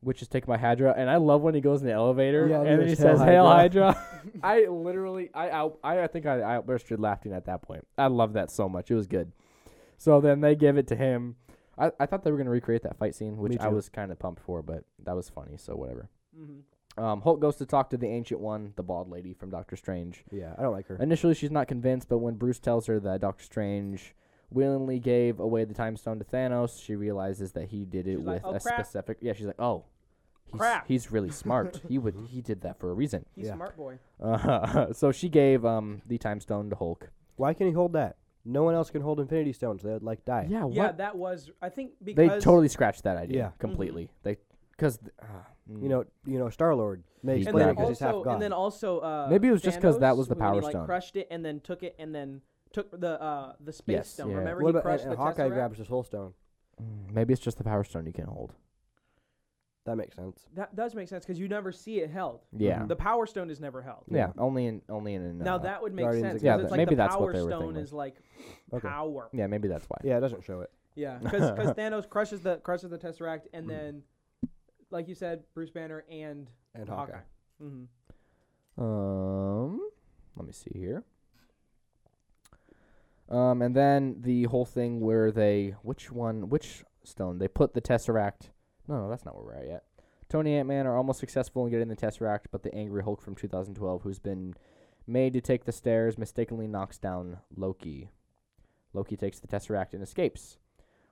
A: which is taken by Hydra. And I love when he goes in the elevator
B: Yeah,
A: and then he
B: there's
A: says,
B: Hail
A: "Hail Hydra."
B: [laughs]
A: I literally, I, out, I, I think I, I outbursted laughing at that point. I love that so much. It was good. So then they give it to him. I, I thought they were gonna recreate that fight scene, which I
B: too.
A: was kind of pumped for, but that was funny. So whatever.
C: hmm
A: Um, Hulk goes to talk to the ancient one, the bald lady from Doctor Strange.
B: Yeah, I don't like her.
A: Initially, she's not convinced, but when Bruce tells her that Doctor Strange willingly gave away the time stone to Thanos, she realizes that he did it
C: She's like,
A: with
C: "Oh,
A: a
C: crap."
A: specific. Yeah, she's like, oh, he's,
C: Crap.
A: he's
C: [laughs]
A: really smart. he would he did that for a reason.
C: He's
B: Yeah.
C: smart boy.
A: Uh, [laughs] so she gave um the time stone to Hulk.
B: Why can he hold that? No one else can hold Infinity Stones. They'd like die.
A: Yeah,
C: Yeah,
A: what?
C: that was I think
A: they
C: because Mm-hmm.
A: totally scratched that idea
B: Yeah. Mhm.
A: completely. They because uh,
B: You know, you know, Star Lord. They
A: He's
C: and
B: explain
C: then
A: back.
B: it because
C: also
B: he's half god.
C: and then also uh,
A: Maybe it was just 'cause that was the
C: Thanos, when
A: Power
C: he, like,
A: Stone.
C: crushed it and then took it and then took the uh, the space
A: Yes,
C: stone.
A: yeah.
C: Remember
B: what
C: he
B: about and,
A: uh,
C: crushed
B: and
C: the
B: Hawkeye
C: Tesseract?
B: grabs the Soul Stone?
A: mm, maybe it's just the power stone you can hold.
B: That makes sense.
C: That does make sense because you never see it held.
B: Mm-hmm.
A: Yeah,
C: The power stone is never held.
A: yeah. Only in only in
C: Now
A: uh,
C: that would make
B: Guardians
C: sense
B: of the
A: Yeah,
C: because
A: that-
C: it's like
A: maybe
C: the
A: that's what
C: power
A: they were
C: stone
A: thinking.
C: is like
B: Okay.
C: power.
A: yeah maybe that's why.
B: Yeah, it doesn't show it.
A: [laughs]
C: Yeah, because Thanos crushes the crushes the Tesseract
A: Mm.
C: and then, like you said, Bruce Banner and
B: And
C: Hawkeye.
B: Hawkeye.
C: hmm
A: Um, let me see here. Um, and then the whole thing where they which one which stone they put the tesseract. No, no, that's not where we're at yet. Tony Ant Man are almost successful in getting the Tesseract, but the Angry Hulk from 2012, who's been made to take the stairs, mistakenly knocks down Loki. Loki takes the Tesseract and escapes.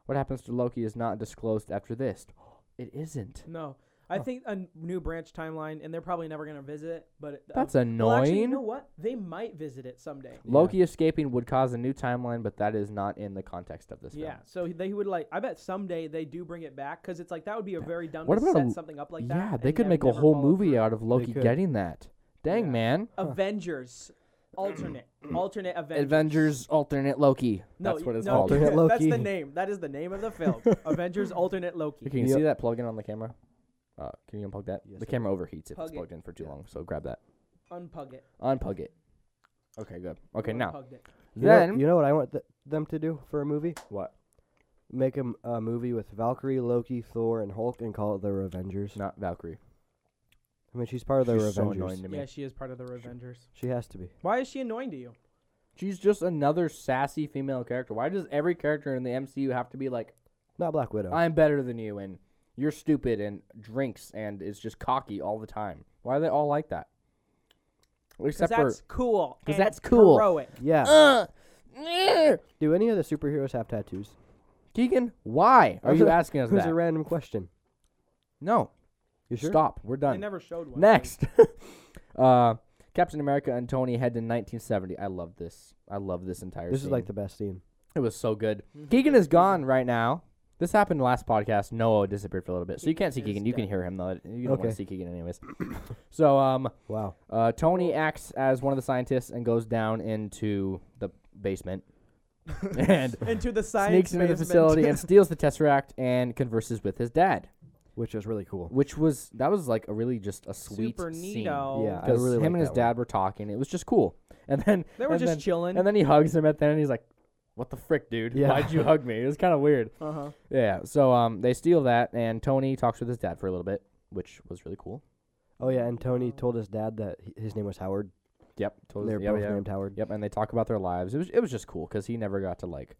A: What happens to Loki is not disclosed after this. [gasps] It isn't.
C: No, I
A: Huh.
C: think a n- new branch timeline, and they're probably never gonna visit. it, But it, uh,
A: That's
C: well, actually, you
A: annoying.
C: know what? They might visit it someday.
A: Loki escaping would cause a new timeline, but that is not in the context of this
C: yeah,
A: film.
C: so they would like. I bet someday they do bring it back because it's like that would be a very dumb
A: What
C: to
A: about a-
C: set something up like that.
A: yeah, they
C: and
A: could
C: nev-
A: make a
C: never
A: whole
C: follow
A: movie
C: through.
A: out of Loki
B: could.
A: getting that. Dang,
C: Yeah.
A: man. [clears throat]
C: Avengers, alternate, alternate Avengers.
A: Avengers alternate Loki.
C: No,
A: That's what it's
C: no,
A: called.
B: Alternate
C: [laughs] That's the
B: Loki.
C: name. That is the name of the film. Avengers alternate Loki.
A: [laughs] Can you
B: Yep.
A: see that plug in on the camera? Uh, can you unplug that?
B: Yes,
A: the
B: I
A: camera overheats if
C: Plug
A: it's
C: it.
A: plugged in for too
B: Yeah.
A: long, so grab that.
C: Unplug it.
A: Unplug it. Okay, good. Okay,
C: You
A: now
C: unplugged it.
B: You know-
A: then
B: you know what I want th- them to do for a movie?
A: what?
B: Make a, m- a movie with Valkyrie, Loki, Thor, and Hulk, and call it the Revengers.
A: Not Valkyrie.
B: I mean, she's part of the
A: She's so
B: Revengers.
A: annoying to me.
C: Yeah, she is part of the Avengers.
B: she has to be.
C: Why is she annoying to you?
A: She's just another sassy female character. Why does every character in the MCU have to be like,
B: Not Black Widow.
A: "I'm better than you" and "You're stupid" and drinks and is just cocky all the time? Why are they all like that?
C: Because
A: Except for
C: that's cool.
A: 'Cause
C: and
A: that's cool.
C: Heroic.
B: yeah.
A: uh,
C: [laughs]
A: eh.
B: do any of the superheroes have tattoos?
A: Keegan. Why are you asking
B: [laughs]
A: us
B: It was
A: that?
B: a random question.
A: no,
B: You sure?
A: stop. We're
C: They
A: done.
C: never showed one. [laughs]
A: Next, [laughs] uh, Captain America and Tony head to 1970. I love this. I love this entire.
B: This is like
A: scene.
B: the best scene.
A: it was so good.
C: Mm-hmm.
A: Keegan is gone right now. This happened last podcast. Noah disappeared for a little bit, so you can't see
C: Is
A: Keegan. You can
C: dead.
A: hear him though. You don't want
B: Okay.
A: to see Keegan anyways. [coughs] so um,
B: Wow.
A: uh, Tony acts as one of the scientists and goes down into the basement [laughs] and
C: Into the science
A: sneaks into the
C: basement.
A: facility
B: [laughs]
C: [laughs]
A: and steals the tesseract and converses with his dad,
B: Which was really cool.
A: which was that was like a really just a sweet
C: Super
A: scene.
C: neato.
B: Yeah, I
A: because
B: really
A: him
B: like
A: and his
B: that one.
A: dad were talking. It was just cool. And then
C: They were
A: and
C: just
A: then-
C: chilling.
A: and then he hugs him at the end. And he's like, "What the frick, dude?
B: Yeah.
A: Why'd you hug me?" It was kind of weird.
C: uh-huh.
A: Yeah. So um, they steal that, and Tony talks with his dad for a little bit, which was really cool.
B: Oh yeah, and Tony told his dad that h- his name was Howard.
A: Yep. Told his-
B: They're
A: yeah,
B: both
A: yeah.
B: named Howard.
A: Yep. And they talk about their lives. It was it was just cool because he never got to like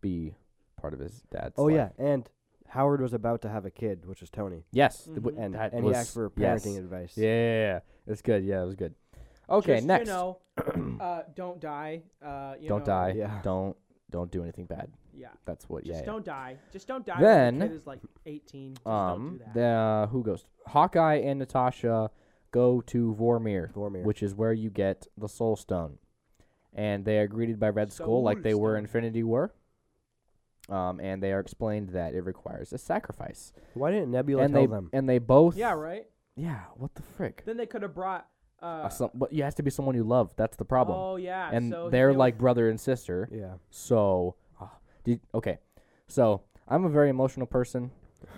A: be part of his dad's.
B: Oh
A: life.
B: yeah, and Howard was about to have a kid, which was Tony,
A: Yes. th- w-
C: Mhm.
B: and
A: Mm. that
B: and
A: was,
B: he asked for
A: yes.
B: parenting advice.
A: Yeah. It's good. Yeah, it was good. Okay.
C: Just,
A: next. [clears throat]
C: You know, uh, don't die. Uh, you
A: don't
C: know,
A: die.
B: Yeah.
A: Don't don't do anything bad.
C: Yeah.
A: That's what.
C: Just
A: yeah. yeah.
C: don't die. Just don't die. when your
A: Then-
C: kid is like 18. Just don't do
A: Um,
C: that.
A: the uh, who goes? Hawkeye and Natasha go to Vormir,
B: Vormir.
A: which is where you get the Soul Stone, and they are greeted by Red Skull like
C: Soul
A: they were
C: Stone.
A: Infinity War. Um, and they are explained that it requires a sacrifice,
B: Why didn't Nebula
A: and
B: tell
A: they
B: them?
A: and they both.
C: yeah, right?
A: Yeah, what the frick?
C: Then they could have brought. Uh,
A: Uh, some, but you has to be someone you love. That's the problem.
C: Oh, yeah.
A: and
C: so
A: they're
C: they-
A: like brother and sister.
B: Yeah.
A: So, uh, did, okay. So, I'm a very emotional person.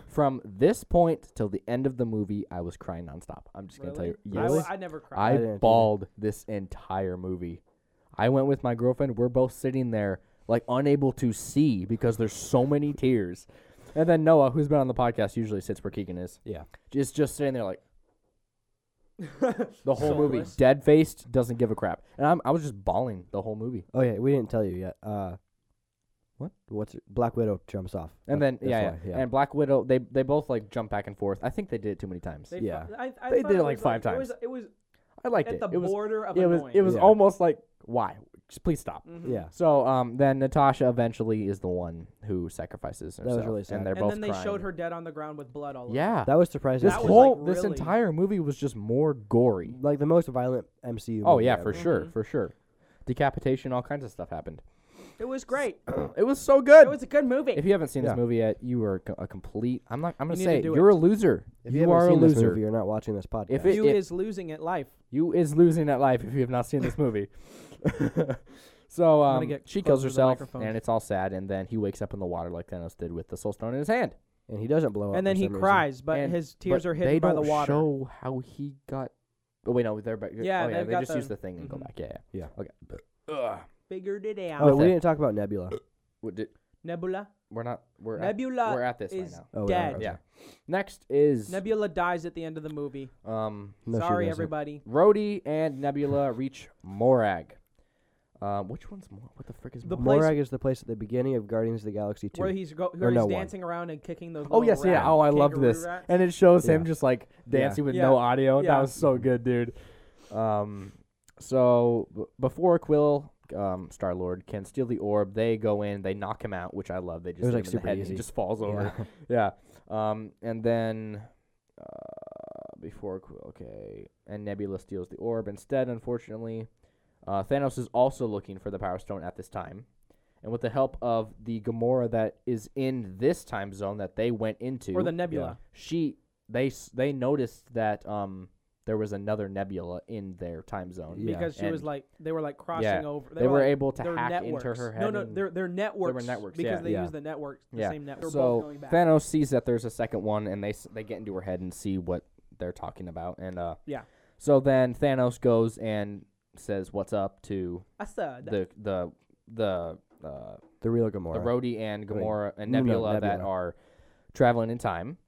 A: From this point till the end of the movie, I was crying nonstop. I'm just going to tell
C: Really?
A: you.
C: I,
A: Yes.
C: w- I never
A: I,
C: cried.
B: didn't either.
A: bawled this entire movie. I went with my girlfriend. We're both sitting there, like, unable to see because there's so many tears. And then Noah, who's been on the podcast, usually sits where Keegan is,
B: Yeah.
A: just, just sitting there, like,
C: [laughs]
A: the whole movie,
C: Soulless.
A: dead faced, doesn't give a crap. And I'm, I was just bawling the whole movie.
B: Oh yeah, we didn't tell you yet. Uh,
A: What?
B: What's it? Black Widow jumps off.
A: And
B: That's-
A: then
B: that's
A: yeah,
B: why,
A: yeah, and Black Widow, they they both like jump back and forth. I think they did it too many times.
C: They
B: Yeah.
C: fu- I, I
A: They
C: thought
A: did it,
C: was,
A: like, five
C: It was, it was
A: I liked
C: at
A: it.
C: the
A: it was
C: border of
A: it was
C: annoying.
A: it was
B: Yeah.
A: almost like why? Just please stop.
C: Mhm.
B: yeah.
A: So um, then Natasha eventually is the one who sacrifices
B: was
A: herself,
B: really
A: and
B: sad.
A: they're
C: And
A: both
C: then they
A: crying.
C: showed her dead on the ground with blood all over.
A: Yeah,
B: That was surprising.
A: this
B: to
C: that was,
B: me.
A: whole
C: like,
A: this
C: really-
A: entire movie was just more gory.
B: like the most violent MCU.
A: Oh
B: movie
A: yeah,
B: ever.
A: for sure,
C: Mhm.
A: for sure. Decapitation, all kinds of stuff happened.
C: It was great.
A: It was so good.
C: It was a good movie.
A: if you haven't seen
B: Yeah.
A: this movie yet, you are co- a complete. I'm not. I'm gonna
C: need to
A: say it,
C: do
A: you're
C: it.
A: a loser.
B: If
A: you
B: you, haven't
A: are a
B: seen this
A: loser.
B: movie, you're not watching this podcast.
A: If it-
C: you is losing at life.
A: You is losing that life if you have not seen this movie. [laughs] so
C: I'm gonna
A: um,
C: get
A: she
C: closer
A: kills
C: to the
A: herself,
C: microphone.
A: and it's all sad. And then he wakes up in the water like Thanos did with the Soul Stone in his hand.
B: and he doesn't blow up,
C: And then
B: for
C: he
B: some reason.
C: cries, but
A: And-
C: his tears
A: But
C: are
A: they
C: hidden by the
A: don't
C: water.
A: Show how he got. Oh wait, no, they're back.
C: Yeah,
A: oh, yeah
C: they've
A: they
C: got
A: just
C: the-
A: use the thing and go
C: mhm.
A: back. Yeah,
B: Yeah.
A: Okay. Ugh.
C: Figured it out.
B: Oh,
A: Okay.
B: we didn't talk about Nebula.
A: What did-
C: Nebula
A: we're not. We're at,
C: Nebula
A: we're at this right
C: is
A: now.
B: Oh, we
C: dead.
B: are, okay.
A: Yeah. Next is
C: Nebula dies at the end of the movie.
A: um
B: No, she
C: Sorry,
B: doesn't.
C: everybody.
A: Rhodey and Nebula reach Morag. Um, which one's more? What the frick is
C: The
A: Morag?
C: place-
B: Morag is the place at the beginning of Guardians of the Galaxy Two.
C: where he's go, where
B: no,
C: he's
B: one.
C: dancing around and kicking those.
A: Oh
C: little
A: yes,
C: rat-
A: yeah. Oh, I loved
C: kangaroo
A: this,
C: rats.
A: and it shows him
B: Yeah.
A: just like dancing with
C: Yeah.
A: no audio.
C: Yeah.
A: That was so good, dude. Um, so b- before Quill, um, Star Lord can steal the orb, they go in, they knock him out, which I love. They just
B: was,
A: hit
B: like,
A: him in the
B: super
A: head and
B: easy.
A: he just falls over. Yeah. Um, and then uh, before Quill, okay, and Nebula steals the orb instead. Unfortunately, uh, Thanos is also looking for the Power Stone at this time, and with the help of the Gamora that is in this time zone that they went into,
C: or the nebula.
A: she they s- they noticed that um there was another nebula in their time zone
B: Yeah.
C: Because she was
A: and
C: like, they were like crossing
A: Yeah.
C: over.
A: they were
C: like,
A: able to
C: their
A: hack
C: networks.
A: into her head.
C: No, no,
A: and-
C: they're they're networks.
A: networks,
C: because
A: yeah.
C: they
B: Yeah.
C: use the network, the
A: Yeah.
C: same network. They're both
A: so
C: going back.
A: Thanos sees that there's a second one, and they s- they get into her head and see what they're talking about, and uh
C: Yeah.
A: So then Thanos goes and says, "What's up?" to
C: I said that.
A: the the the uh,
B: [laughs] the real Gamora.
A: the Rhodey and
B: I mean,
A: Gamora and
B: Luna,
A: Nebula, that
B: Nebula.
A: are traveling in time.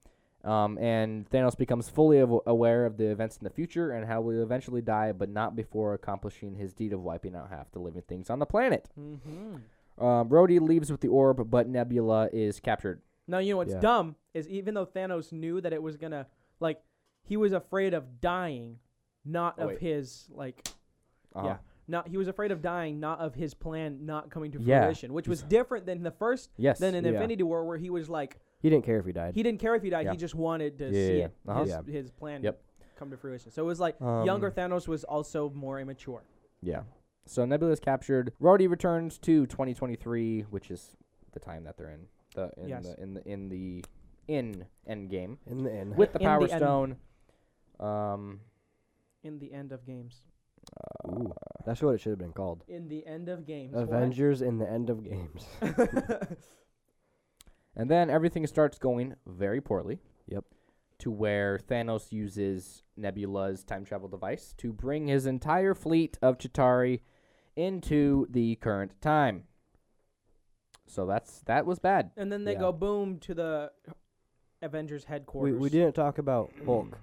A: Um, and Thanos becomes fully aw- aware of the events in the future and how we'll eventually die, but not before accomplishing his deed of wiping out half the living things on the planet.
C: Mm-hmm.
A: Um, Rhodey leaves with the orb, but Nebula is captured.
C: Now you know what's
B: Yeah.
C: dumb is even though Thanos knew that it was gonna like he was afraid of dying, not
A: Oh,
C: of
A: wait.
C: his like
A: Uh-huh.
C: yeah. Not he was afraid of dying, not of his plan not coming to
A: Yeah.
C: fruition, which was different than the first
A: Yes.
C: than in
B: Yeah.
C: Infinity War where he was like
B: He didn't care if he died.
C: he didn't care if he died,
A: Yeah.
C: he just wanted to
A: Yeah,
C: see
A: yeah,
C: it
A: yeah. Uh-huh.
C: his,
B: Yeah.
C: his plan
A: Yep.
C: come to fruition. So it was like
A: Um,
C: younger Thanos was also more immature.
A: Yeah. So Nebula is captured. Rhodey returns to 2023, which is the time that they're in. The in
C: Yes.
A: the in the in the in Endgame
B: in the end.
A: with the
C: In
A: Power
C: the end.
A: Stone. Um.
C: In the end of games.
B: Ooh,
A: uh,
B: that's what it should have been called.
C: In the end of games. what?
B: Avengers in the end of games.
A: And then everything starts going very poorly.
B: Yep.
A: To where Thanos uses Nebula's time travel device to bring his entire fleet of Chitari into the current time. So that's that was bad.
C: [laughs] And then they
B: Yeah.
C: go boom to the Avengers
B: we
C: headquarters.
B: we didn't talk about Hulk.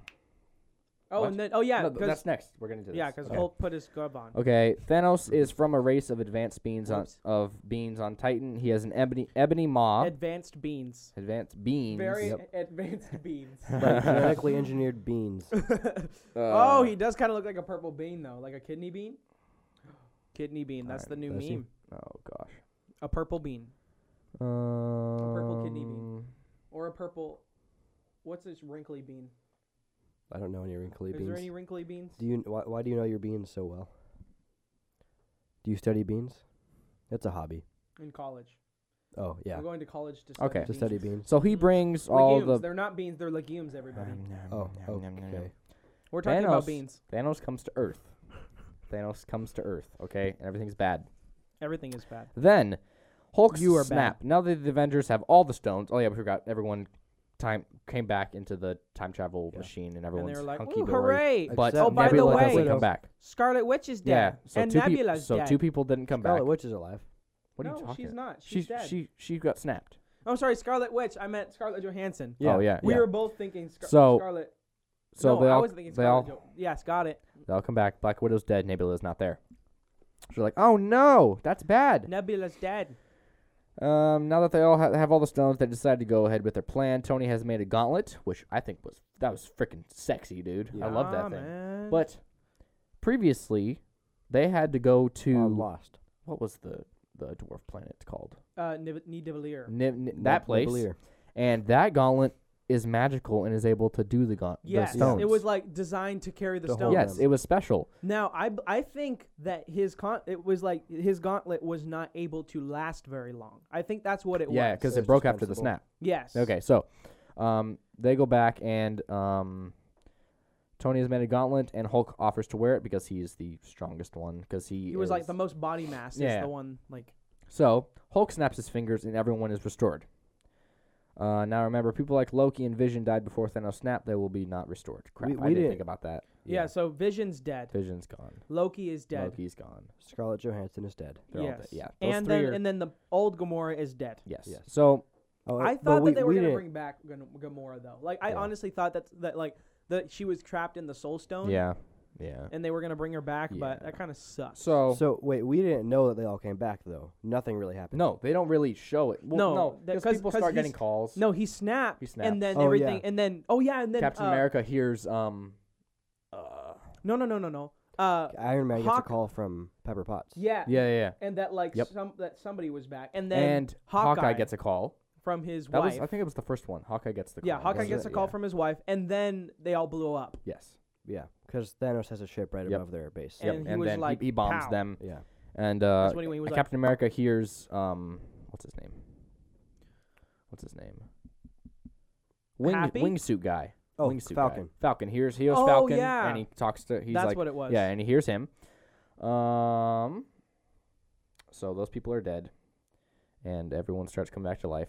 C: Oh,
A: What?
C: and then oh yeah,
A: No, th-
C: because
A: that's next. We're gonna do this.
C: yeah, because
A: Okay.
C: Hulk put his glove on.
B: Oh,
A: Okay, Thanos is from a race of advanced beings on,
C: Whoops.
A: of beings on Titan. He has an ebony ebony maw.
C: Advanced beans.
A: advanced beings.
C: Very [laughs]
B: [laughs]
C: advanced beans. [laughs]
B: like genetically engineered beans. Uh,
A: Uh,
C: oh, he does kind of look like a purple bean though, like a kidney bean. [gasps] Kidney bean. That's
A: Alright,
C: the new
B: does he?
C: meme.
A: Oh gosh.
C: A purple bean purple kidney bean.
A: Um,
C: or a purple. What's this wrinkly bean?
B: I don't know any wrinkly
C: Is
B: beans.
C: there any wrinkly beans?
B: Do you why, why do you know your beans so well? Do you study beans? That's a hobby.
C: In college,
B: Oh yeah,
C: we're going to college to study
A: Okay.
B: to study beans.
A: So he
C: Hmm.
A: brings all
C: Legumes.
A: the.
C: They're not beans. They're legumes. Everybody.
B: Oh, oh, okay.
C: We're talking about
A: Thanos.
C: beans.
A: Thanos comes to Earth. Thanos comes to Earth. Okay, and everything's bad.
C: Everything is bad.
A: Then, Hulk's
C: You are
A: snap. Now that the Avengers have all the stones, oh yeah, we forgot everyone. Time came back into the time travel
B: Yeah.
A: machine, and
C: And
A: everyone's
C: they're like,
A: hunky
C: "Ooh,
A: dory.
C: hooray!
A: But
B: Except
C: Oh, by the
A: Nebula
C: way-
A: doesn't come back.
C: Scarlet Witch is
A: Yeah,
C: dead.
A: so
C: and
A: two peop-
C: Nebula's
A: so
C: dead.
A: two people didn't come
B: Scarlet
A: back.
B: Witch is alive.
A: What are
C: no,
A: you talking?
C: she's not. She's,
A: She's
C: dead. Oh,
A: she she got snapped.
C: I'm sorry, Scarlet Witch. I meant Scarlett Johansson.
B: Yeah,
A: Oh yeah.
C: We
A: yeah.
C: were both thinking Scar-
A: So,
C: Scarlet.
A: so
C: no,
A: they
C: I
A: all
C: was thinking
A: they
C: Scarlet.
A: all
C: Jo- yes, got it.
A: they all come back. Black Widow's dead. Nebula's not there. She's like, oh no, that's bad.
C: Nebula's dead.
A: Um, now that they all ha- have all the stones, they decide to go ahead with their plan. Tony has made a gauntlet, which I think was that was freaking sexy, dude. I love that
C: Ah,
A: thing.
C: man.
A: But previously, they had to go to
B: On Lost.
A: what was the the dwarf planet called?
C: uh, Niv- Nidavellir.
A: Niv- Ni-
B: Nat
A: that place,
B: Lavalier.
A: and that gauntlet is magical and is able to do the gaunt
C: Yes,
A: the stones.
C: it was like designed to carry the,
B: The
C: stone.
B: whole-
A: yes,
B: them.
A: it was special.
C: Now I b- I think that his con it was like his gauntlet was not able to last very long. I think that's what it
A: Yeah,
C: was.
A: because
B: so
A: it
B: it's
A: broke after the
B: defensible.
A: snap.
C: yes.
A: Okay, so um, they go back and um, Tony has made a gauntlet, and Hulk offers to wear it because he's the strongest one. Because he
C: He was like
A: is-
C: the most body mass. Is
A: Yeah.
C: the one like
A: so Hulk snaps his fingers, and everyone is restored. Uh, now remember, people like Loki and Vision died before Thanos snapped. They will be not restored. Crap,
B: We-
A: I
B: we
A: didn't
B: didn't-
A: think about that.
C: yeah. So Vision's dead.
A: Vision's gone.
C: Loki is dead.
A: Loki's gone.
B: Scarlett Johansson is dead.
A: They're all
C: yes.
A: dead. Yeah. Those
C: And
A: three
C: then
A: are-
C: and then the old Gamora is dead.
A: yes.
B: Yes.
A: So
B: Oh,
C: I
B: but
C: thought
B: we-
C: that they were
B: we
C: gonna
B: didn't-
C: bring back Gam- Gamora though. Like I
B: Yeah.
C: honestly thought that that like that she was trapped in the Soul Stone.
A: yeah, Yeah.
C: and they were gonna bring her back, but
A: Yeah.
C: that kind of sucks.
A: So,
B: So wait, we didn't know that they all came back though. Nothing really happened.
A: no, they don't really show it. Well,
C: No,
A: no,
C: that-
A: because
C: 'cause-
A: people
C: 'cause
A: start getting
C: he's-
A: calls.
C: no, he snapped,
A: He snapped.
C: and then
B: Oh, yeah.
C: everything, and then oh yeah, and then
A: Captain
C: uh,
A: America hears um, uh,
C: No, no, no, no, no. Uh,
B: Iron Man gets
C: Hawk-
B: a call from Pepper Potts.
C: yeah,
A: yeah, yeah, yeah.
C: and that like
A: Yep.
C: some that somebody was back, and then
A: and Hawkeye, gets a call.
C: from his
A: That
C: wife.
A: was, I think it was the first one. Hawkeye gets the call.
C: yeah, Hawkeye
A: wasn't
C: gets
A: it?
C: a call
A: Yeah.
C: from his wife, and then they all blew up.
A: Yes.
B: Yeah, because Thanos has a ship right
A: Yep.
B: above their base.
A: Yep.
C: And
A: And,
C: he was
A: then
C: like,
A: he, he bombs
C: "Pow."
A: them,
B: Yeah.
A: and uh,
C: That's when he- when he was
A: and
C: like-
A: Captain America hears um, what's his name? What's his name? Wing
C: Happy?
A: wingsuit guy.
B: Oh,
A: wingsuit guy.
B: Falcon.
A: Falcon hears hears
C: Oh,
A: Falcon,
C: yeah.
A: and he talks to. He's
C: That's
A: like,
C: what it was.
A: Yeah, and he hears him. Um, so those people are dead, and everyone starts coming back to life.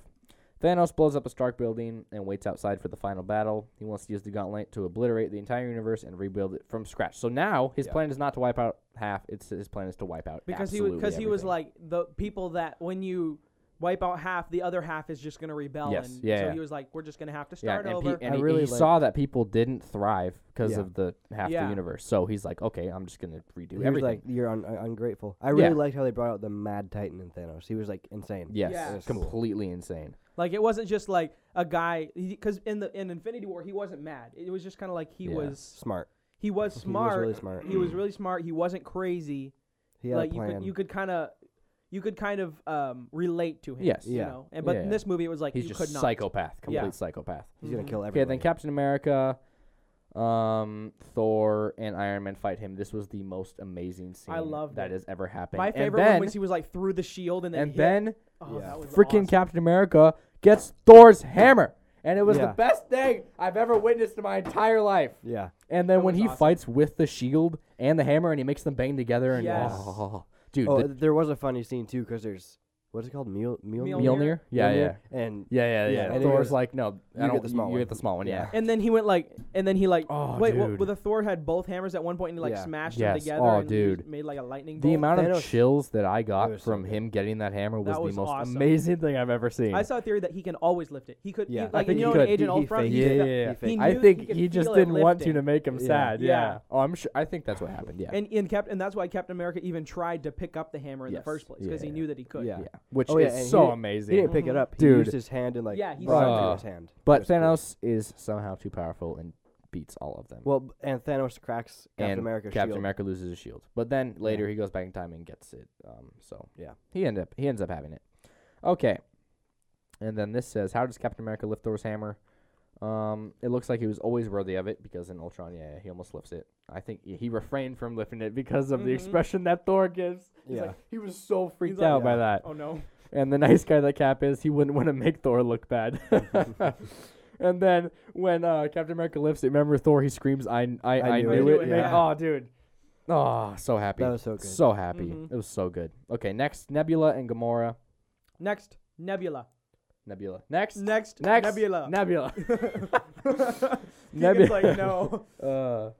A: Thanos blows up a Stark building and waits outside for the final battle. He wants to use the gauntlet to obliterate the entire universe and rebuild it from scratch. So now his
B: Yeah.
A: plan is not to wipe out half; it's his plan is to wipe out
C: because he was
A: absolutely
C: because he was
A: everything.
C: like the people that when you wipe out half, the other half is just gonna rebel.
A: Yes,
C: and
A: yeah,
C: So
A: yeah.
C: he was like, we're just gonna have to
A: yeah,
C: start
A: and,
C: over.
A: He, and
B: I
A: he, he
B: really like-
A: saw that people didn't thrive because
B: Yeah.
A: of the half
C: Yeah.
A: the universe. So he's like, okay, I'm just gonna redo
B: He was
A: everything.
B: like, "You're un- uh, ungrateful." I really
A: Yeah.
B: liked how they brought out the Mad Titan and Thanos. He was like insane.
A: Yes,
C: Yeah.
B: That's cool.
A: completely insane.
C: like it wasn't just like a guy because in the in Infinity War he wasn't mad. It was just kind of like he
A: Yeah.
C: was
B: Smart.
C: he
A: [laughs]
C: was smart.
B: He was really smart.
C: He was really smart. He wasn't crazy.
B: He had
C: like
B: a plan.
C: you could you could kind of you could kind of um, relate to him.
A: Yes.
C: You
B: Yeah.
C: know. And but
A: Yeah,
C: in
A: yeah.
C: this movie it was like
A: He's
C: you
A: just
C: could not.
A: psychopath, complete
C: Yeah.
A: psychopath.
B: He's gonna
C: Mhm.
B: kill
A: Okay,
B: everybody.
A: then Captain America, um, Thor, and Iron Man fight him. This was the most amazing scene
C: I loved
A: that
C: it.
A: has ever happened.
C: My
A: And
C: favorite
A: then,
C: one was he was like through the shield and then
A: and
C: hit.
A: then
C: oh,
B: Yeah.
C: that was
A: freaking
C: awesome.
A: Captain America gets Thor's hammer, and it was
B: Yeah.
A: the best thing I've ever witnessed in my entire life.
B: Yeah.
A: And then
C: That
A: when
C: was
A: he
C: awesome.
A: fights with the shield and the hammer, and he makes them bang together, and
C: Yes.
A: oh, dude,
B: oh,
A: the,
B: there was a funny scene too, because there's what's it called? Mule. Mule.
C: Mjolnir.
A: Mjolnir, yeah,
B: Mjolnir?
A: yeah.
B: And
A: Yeah, yeah,
B: Yeah,
A: yeah.
B: and it
A: Thor's
B: goes-
A: like, no, I
B: you get
A: don't-
B: the small
A: you
B: one.
A: get the small one.
B: Yeah.
A: Yeah.
C: And then he went like, and then he like,
A: Oh,
C: wait, what,
A: dude.
C: well, the Thor had both hammers at one point and he like
B: Yeah.
C: smashed
A: Yes.
C: them together.
A: Oh,
C: and used-
A: dude.
C: made like a lightning bolt.
A: The amount of
B: Thanos-
A: chills that I
B: It
A: got
B: was so
A: from
B: good.
A: him getting that hammer was,
C: That was
A: the most
C: awesome.
A: amazing thing I've ever seen.
C: I saw a theory that he can always lift it. He could,
B: Yeah.
C: yeah.
B: I
C: like,
A: think
C: you
A: he
C: know,
A: could.
C: in Agent
B: He- he
C: Ultron,
B: faked
C: he
B: it.
C: did
B: Yeah,
C: that-
B: yeah, yeah.
C: he
B: I
A: I
C: knew
A: think
C: could
A: he just
C: feel it
A: didn't want to
C: lifting.
A: to make him
B: Yeah.
A: sad. Yeah.
C: Yeah.
A: Oh, I'm sure. I think that's what happened. Yeah.
C: And and Cap, and that's why Captain America even tried to pick up the hammer in the
A: Yes.
C: first place because he
A: Yeah.
C: knew that he could.
B: Yeah.
A: yeah. Which
B: Oh, yeah, and
A: is
B: he
A: so
B: didn't-
A: amazing.
B: he didn't pick it
C: Mhm.
B: up. He
A: Dude.
B: used his hand and like
C: Yeah, he
B: brought it
A: Uh,
B: to his hand. It
A: But
B: was cool.
A: Thanos is somehow too powerful and beats all of them.
B: Well, b- and Thanos cracks Captain
A: and
B: America's
A: Captain
B: shield.
A: America loses his shield, but then later he goes back in time and gets it. Um, so
B: Yeah.
A: he end up he ends up having it. Okay, and then this says, how does Captain America lift Thor's hammer? Um, it looks like he was always worthy of it because in Ultron, yeah, he almost lifts it. I think he refrained from lifting it [laughs] because of the
C: Mhm.
A: expression that Thor gives. He's
B: Mm-hmm. Yeah.
A: like, he was so freaked
C: like,
A: out by
B: yeah.
A: that.
C: Oh no.
A: And the [laughs] nice guy that Cap is, he wouldn't want to make Thor look
B: [laughs]
A: bad. [laughs] and then when uh, Captain America lifts it, remember Thor? He screams, "I, I, I, knew, it!" man.
B: yeah.
A: Oh, dude. Oh, so happy.
B: That was so good. Mm-hmm.
A: So happy.
C: Mhm.
A: It was so good. Okay, next Nebula and Gamora.
C: Next, Nebula.
A: Nebula. Next.
C: Next,
A: next.
C: Nebula. [laughs]
B: [laughs]
A: Nebula. [laughs]
C: Nebula.
A: Nebula. [laughs]
C: like no.
A: Uh,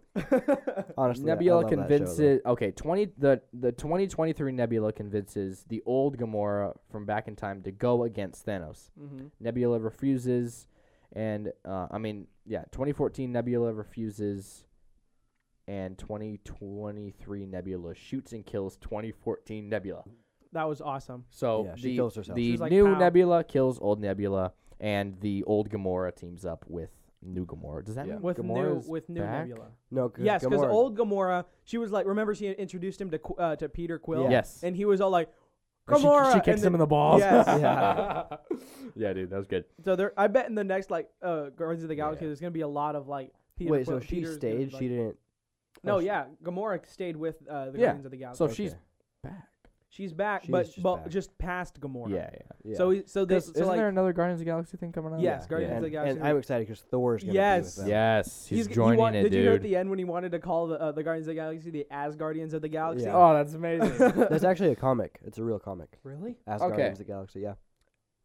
B: Honestly, I- I
A: Nebula
B: love that show, though.
A: convinces. Okay, twenty the the twenty twenty three Nebula convinces the old Gamora from back in time to go against Thanos.
C: hmm
A: Nebula refuses, and uh, I mean, yeah, 2014 Nebula refuses, and 2023 Nebula shoots and kills 2014 Nebula.
C: That was awesome.
A: So
B: Yeah,
A: the,
B: she kills herself.
A: the
C: She's like,
A: new
C: "Pow."
A: Nebula kills old Nebula, and the old Gamora teams up with new Gamora. Does that
B: Yeah.
A: mean
C: With
A: Gamora's
C: new, with new
A: back?
C: Nebula.
B: No, cause
C: Yes, because
B: Gamora-
C: old Gamora, she was like, remember she introduced him to Qu- uh, to Peter Quill.
B: Yeah.
A: Yes.
C: And he was all like,
A: And she-
C: Gamora.
A: She,
C: and
A: kicks
C: then-
A: him in the balls.
C: Yes.
A: [laughs] yeah.
C: [laughs]
A: yeah, dude, that was good.
C: So there, I bet in the next like uh, Guardians of the Galaxy,
A: Yeah.
C: there's gonna be a lot of like. Peter
B: Wait, so
C: Quill-
B: she
C: Peter's gonna be
B: stayed.
C: like-
B: She didn't.
C: no,
B: oh, she-
C: yeah, Gamora stayed with uh, the
A: Yeah.
C: Guardians of the Galaxy.
A: So
B: Okay.
A: she's back.
C: she's back,
B: She's
C: but
B: just
C: but
B: back.
C: just past Gamora.
A: Yeah, yeah.
B: Yeah.
C: So he- so this
A: Is,
C: so
A: not
C: like
A: there another Guardians of the Galaxy thing coming out?
C: Yeah. Yes,
B: Yeah.
C: Guardians of
B: and,
C: the Galaxy
B: And
C: movie.
B: I'm excited because Thor's gonna
C: Yes.
B: be with them.
A: Yes, he's,
C: he
A: joining
C: want-
A: it,
C: Did
A: dude.
C: you hear at the end when he wanted to call the uh, the Guardians of the Galaxy the As Guardians of the Galaxy?
B: Yeah.
A: Oh, [laughs] that's amazing.
B: That's actually a comic. It's a real comic.
C: Really?
B: As
A: Okay.
B: Guardians of the Galaxy, yeah.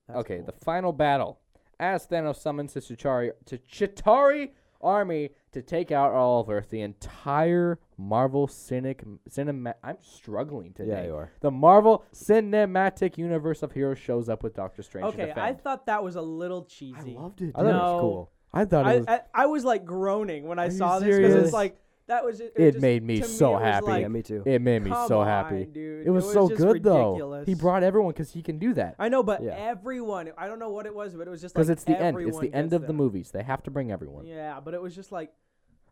C: That's
A: okay,
C: cool.
A: the final battle. As Thanos summons his Chitari, to Chitari army to take out all of Earth, the entire Marvel Cynic cinema. I'm struggling today.
B: Yeah, you are.
A: The Marvel Cinematic Universe of Heroes shows up with Doctor Strange. to
C: okay, I
A: defend.
C: thought that was a little cheesy.
A: I loved it.
B: I thought it
C: No.
B: was cool.
A: I thought it
C: I,
A: was.
C: I, I was like groaning when I
A: Are you
C: saw this because
A: serious?
C: it's like That was it.
A: It
C: just-
A: made me
C: to
A: so
C: it was
A: happy.
B: yeah,
C: like,
B: me too.
A: It made me
C: come
A: so happy.
C: on, dude.
A: It was, so
C: just
A: good
C: ridiculous.
A: though. He brought everyone because he can do that.
C: I know, but
B: Yeah.
C: everyone. I don't know what it was, but it was just like
A: Because it's the end. It's
C: everyone
A: the end
C: gets
A: of the
C: them.
A: movie. They have to bring everyone.
C: Yeah, but it was just like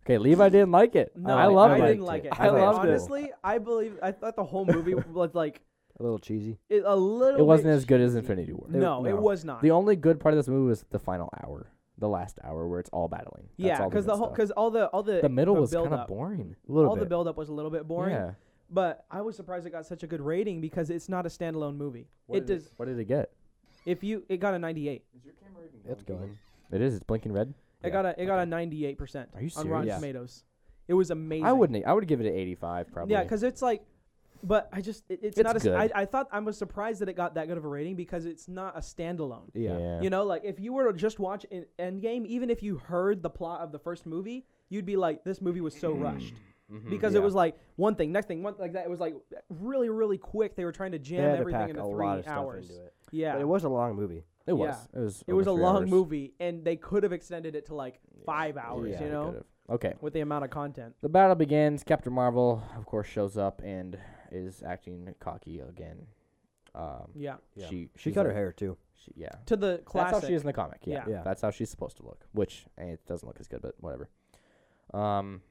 A: Okay, Levi didn't like it.
C: no,
A: I loved
C: I
A: it.
C: didn't like it.
A: I
C: Like,
A: loved it.
C: honestly, I believe I thought the
A: [laughs]
C: whole movie was like
B: A little cheesy.
C: it, a little.
A: It wasn't
C: bit
A: as good as
C: cheesy.
A: Infinity War.
C: No, it
B: no.
C: was not.
A: The only good part of this movie was the final hour, the last hour where it's all battling. That's
C: yeah,
A: all
C: because the
A: good
C: whole
A: stuff.
C: because all the all the
A: the middle was
C: build
A: kind of
C: up.
A: boring. A
C: All the build up was a little bit boring.
A: Yeah.
C: But I was surprised it got such a good rating because it's not a standalone movie. it does.
A: What did it get?
C: If you, it got a 98.
B: It's going.
A: It is. It's blinking red.
C: It
A: Yeah,
C: got a it got a 98 percent
A: Are you
C: on Rotten
A: serious?
C: Tomatoes. It was amazing.
A: I wouldn't. I would give it an eighty-five probably.
C: Yeah, because it's like, but I just it, it's,
A: It's
C: not. A,
A: good.
C: s- I I thought I was surprised that it got that good of a rating because it's not a standalone.
B: Yeah.
C: You know, like if you were to just watch an Endgame, even if you heard the plot of the first movie, you'd be like, this movie was so rushed. Because
A: Mm-hmm.
C: it
A: yeah.
C: was like one thing, next thing, one like that. It was like really, really quick. They were trying to jam
B: they had to
C: everything
B: pack
C: into
B: a
C: three
B: lot of stuff
C: hours.
B: into it.
C: Yeah,
B: But it was a long movie.
A: It was.
C: yeah.
A: It was.
C: It
A: over
C: was a
A: three
C: long
A: hours.
C: movie, and they could have extended it to like five hours.
B: Yeah,
C: you
B: they
C: know,
A: Could've. Okay.
C: with the amount of content.
A: The battle begins. Captain Marvel, of course, shows up and is acting cocky again. Um,
C: Yeah,
B: Yeah.
A: She
B: She
A: she's
B: cut her
A: like-
B: hair too.
A: She, yeah.
C: to the classic.
A: That's how she is in the comic. Yeah.
B: Yeah. Yeah.
A: That's how she's supposed to look, which eh, it doesn't look as good, but whatever. Um,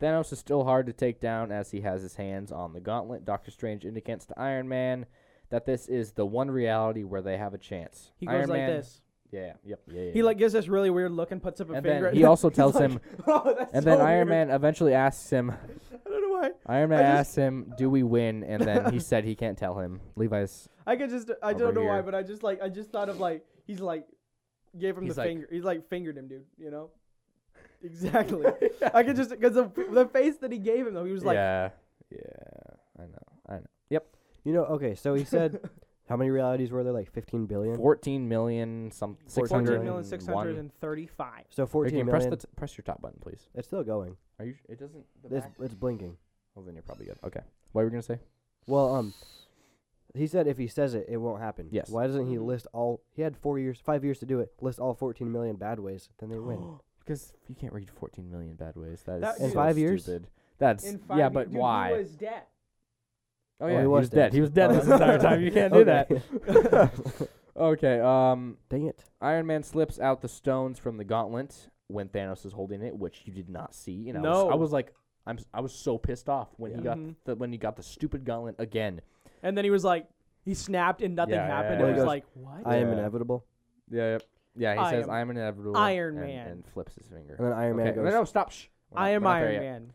A: Thanos is still hard to take down as he has his hands on the gauntlet. Doctor Strange indicates to Iron Man that this is the one reality where they have a chance.
C: He goes
A: Iron
C: like
A: Man-
C: this.
A: Yeah. Yep. Yeah. yeah,
C: He like gives this really weird look and puts up a
A: And
C: finger.
A: then he also
C: He's
A: tells
C: like,
A: him,
C: [laughs] "Oh, that's
A: and then
C: so
A: Iron
C: weird."
A: Man eventually asks him.
C: I don't know why.
A: Iron Man
C: just-
A: asks him, "Do we win?" And then he said he can't tell him. Levi's.
C: I could just. I
A: Over
C: don't know why,
A: here.
C: but I just like. I just thought of like. He's like, gave him
A: He's
C: the
A: like-
C: finger. He's like fingered him, dude.
A: [laughs]
C: You know. Exactly. I could just because the the face that he gave him though. He was like,
A: yeah. Yeah. I know. I know. Yep.
B: You know, okay, so he said how many realities were there? Like fifteen billion?
A: Fourteen million some six
B: 14
A: hundred
C: fourteen
B: and
C: million [laughs] six hundred and thirty-five.
B: So
A: Okay,
B: fourteen million.
A: press the t- press your top button, please.
B: it's still going.
A: Are you? It doesn't. The
B: It's
A: back-
B: it's blinking.
A: oh, then you're probably good. Okay. What were we gonna say?
B: Well, um he said if he says it, it won't happen.
A: Yes.
B: Why doesn't he
A: Mm-hmm.
C: Mhm.
B: list all he had four years five years to do it, list all fourteen million bad ways, then
A: [gasps]
B: they
A: Oh,
B: win.
A: Because you can't read 14 million bad ways. That is
C: That
A: so
B: In five years?
A: Stupid. That's
C: In five
A: yeah,
C: ye-
A: but
C: dude, he
A: why?
C: was dead.
A: oh
B: Oh,
A: yeah,
B: he
A: he
B: was
A: was dead.
B: dead.
A: He was dead
B: [laughs]
C: [laughs]
A: this entire time. You can't do that. [laughs] Okay. Um,
B: Dang it.
A: Iron Man slips out the stones from the gauntlet when Thanos is holding it, which you did not see. And I was, I
C: No.
A: was like, I'm s- I was so pissed off when he
C: Yeah.
A: got
C: Mhm.
A: the when he got the stupid gauntlet again.
C: And then he was like, he snapped and nothing
A: Yeah,
C: happened.
A: yeah, yeah.
C: it was
B: Well, he
C: like, what?
B: I am
A: Yeah.
B: inevitable.
A: Yeah. Yep. Yeah. He
C: I
A: says,
C: am
A: "I'm inevitable."
C: Iron
A: and-
C: Man.
A: and flips his finger.
B: And then Iron Man
A: Okay,
B: goes
A: no, no, stop. Shh. We're
C: I
A: not-
C: am
A: we're not there
C: Iron
A: yet.
C: Man.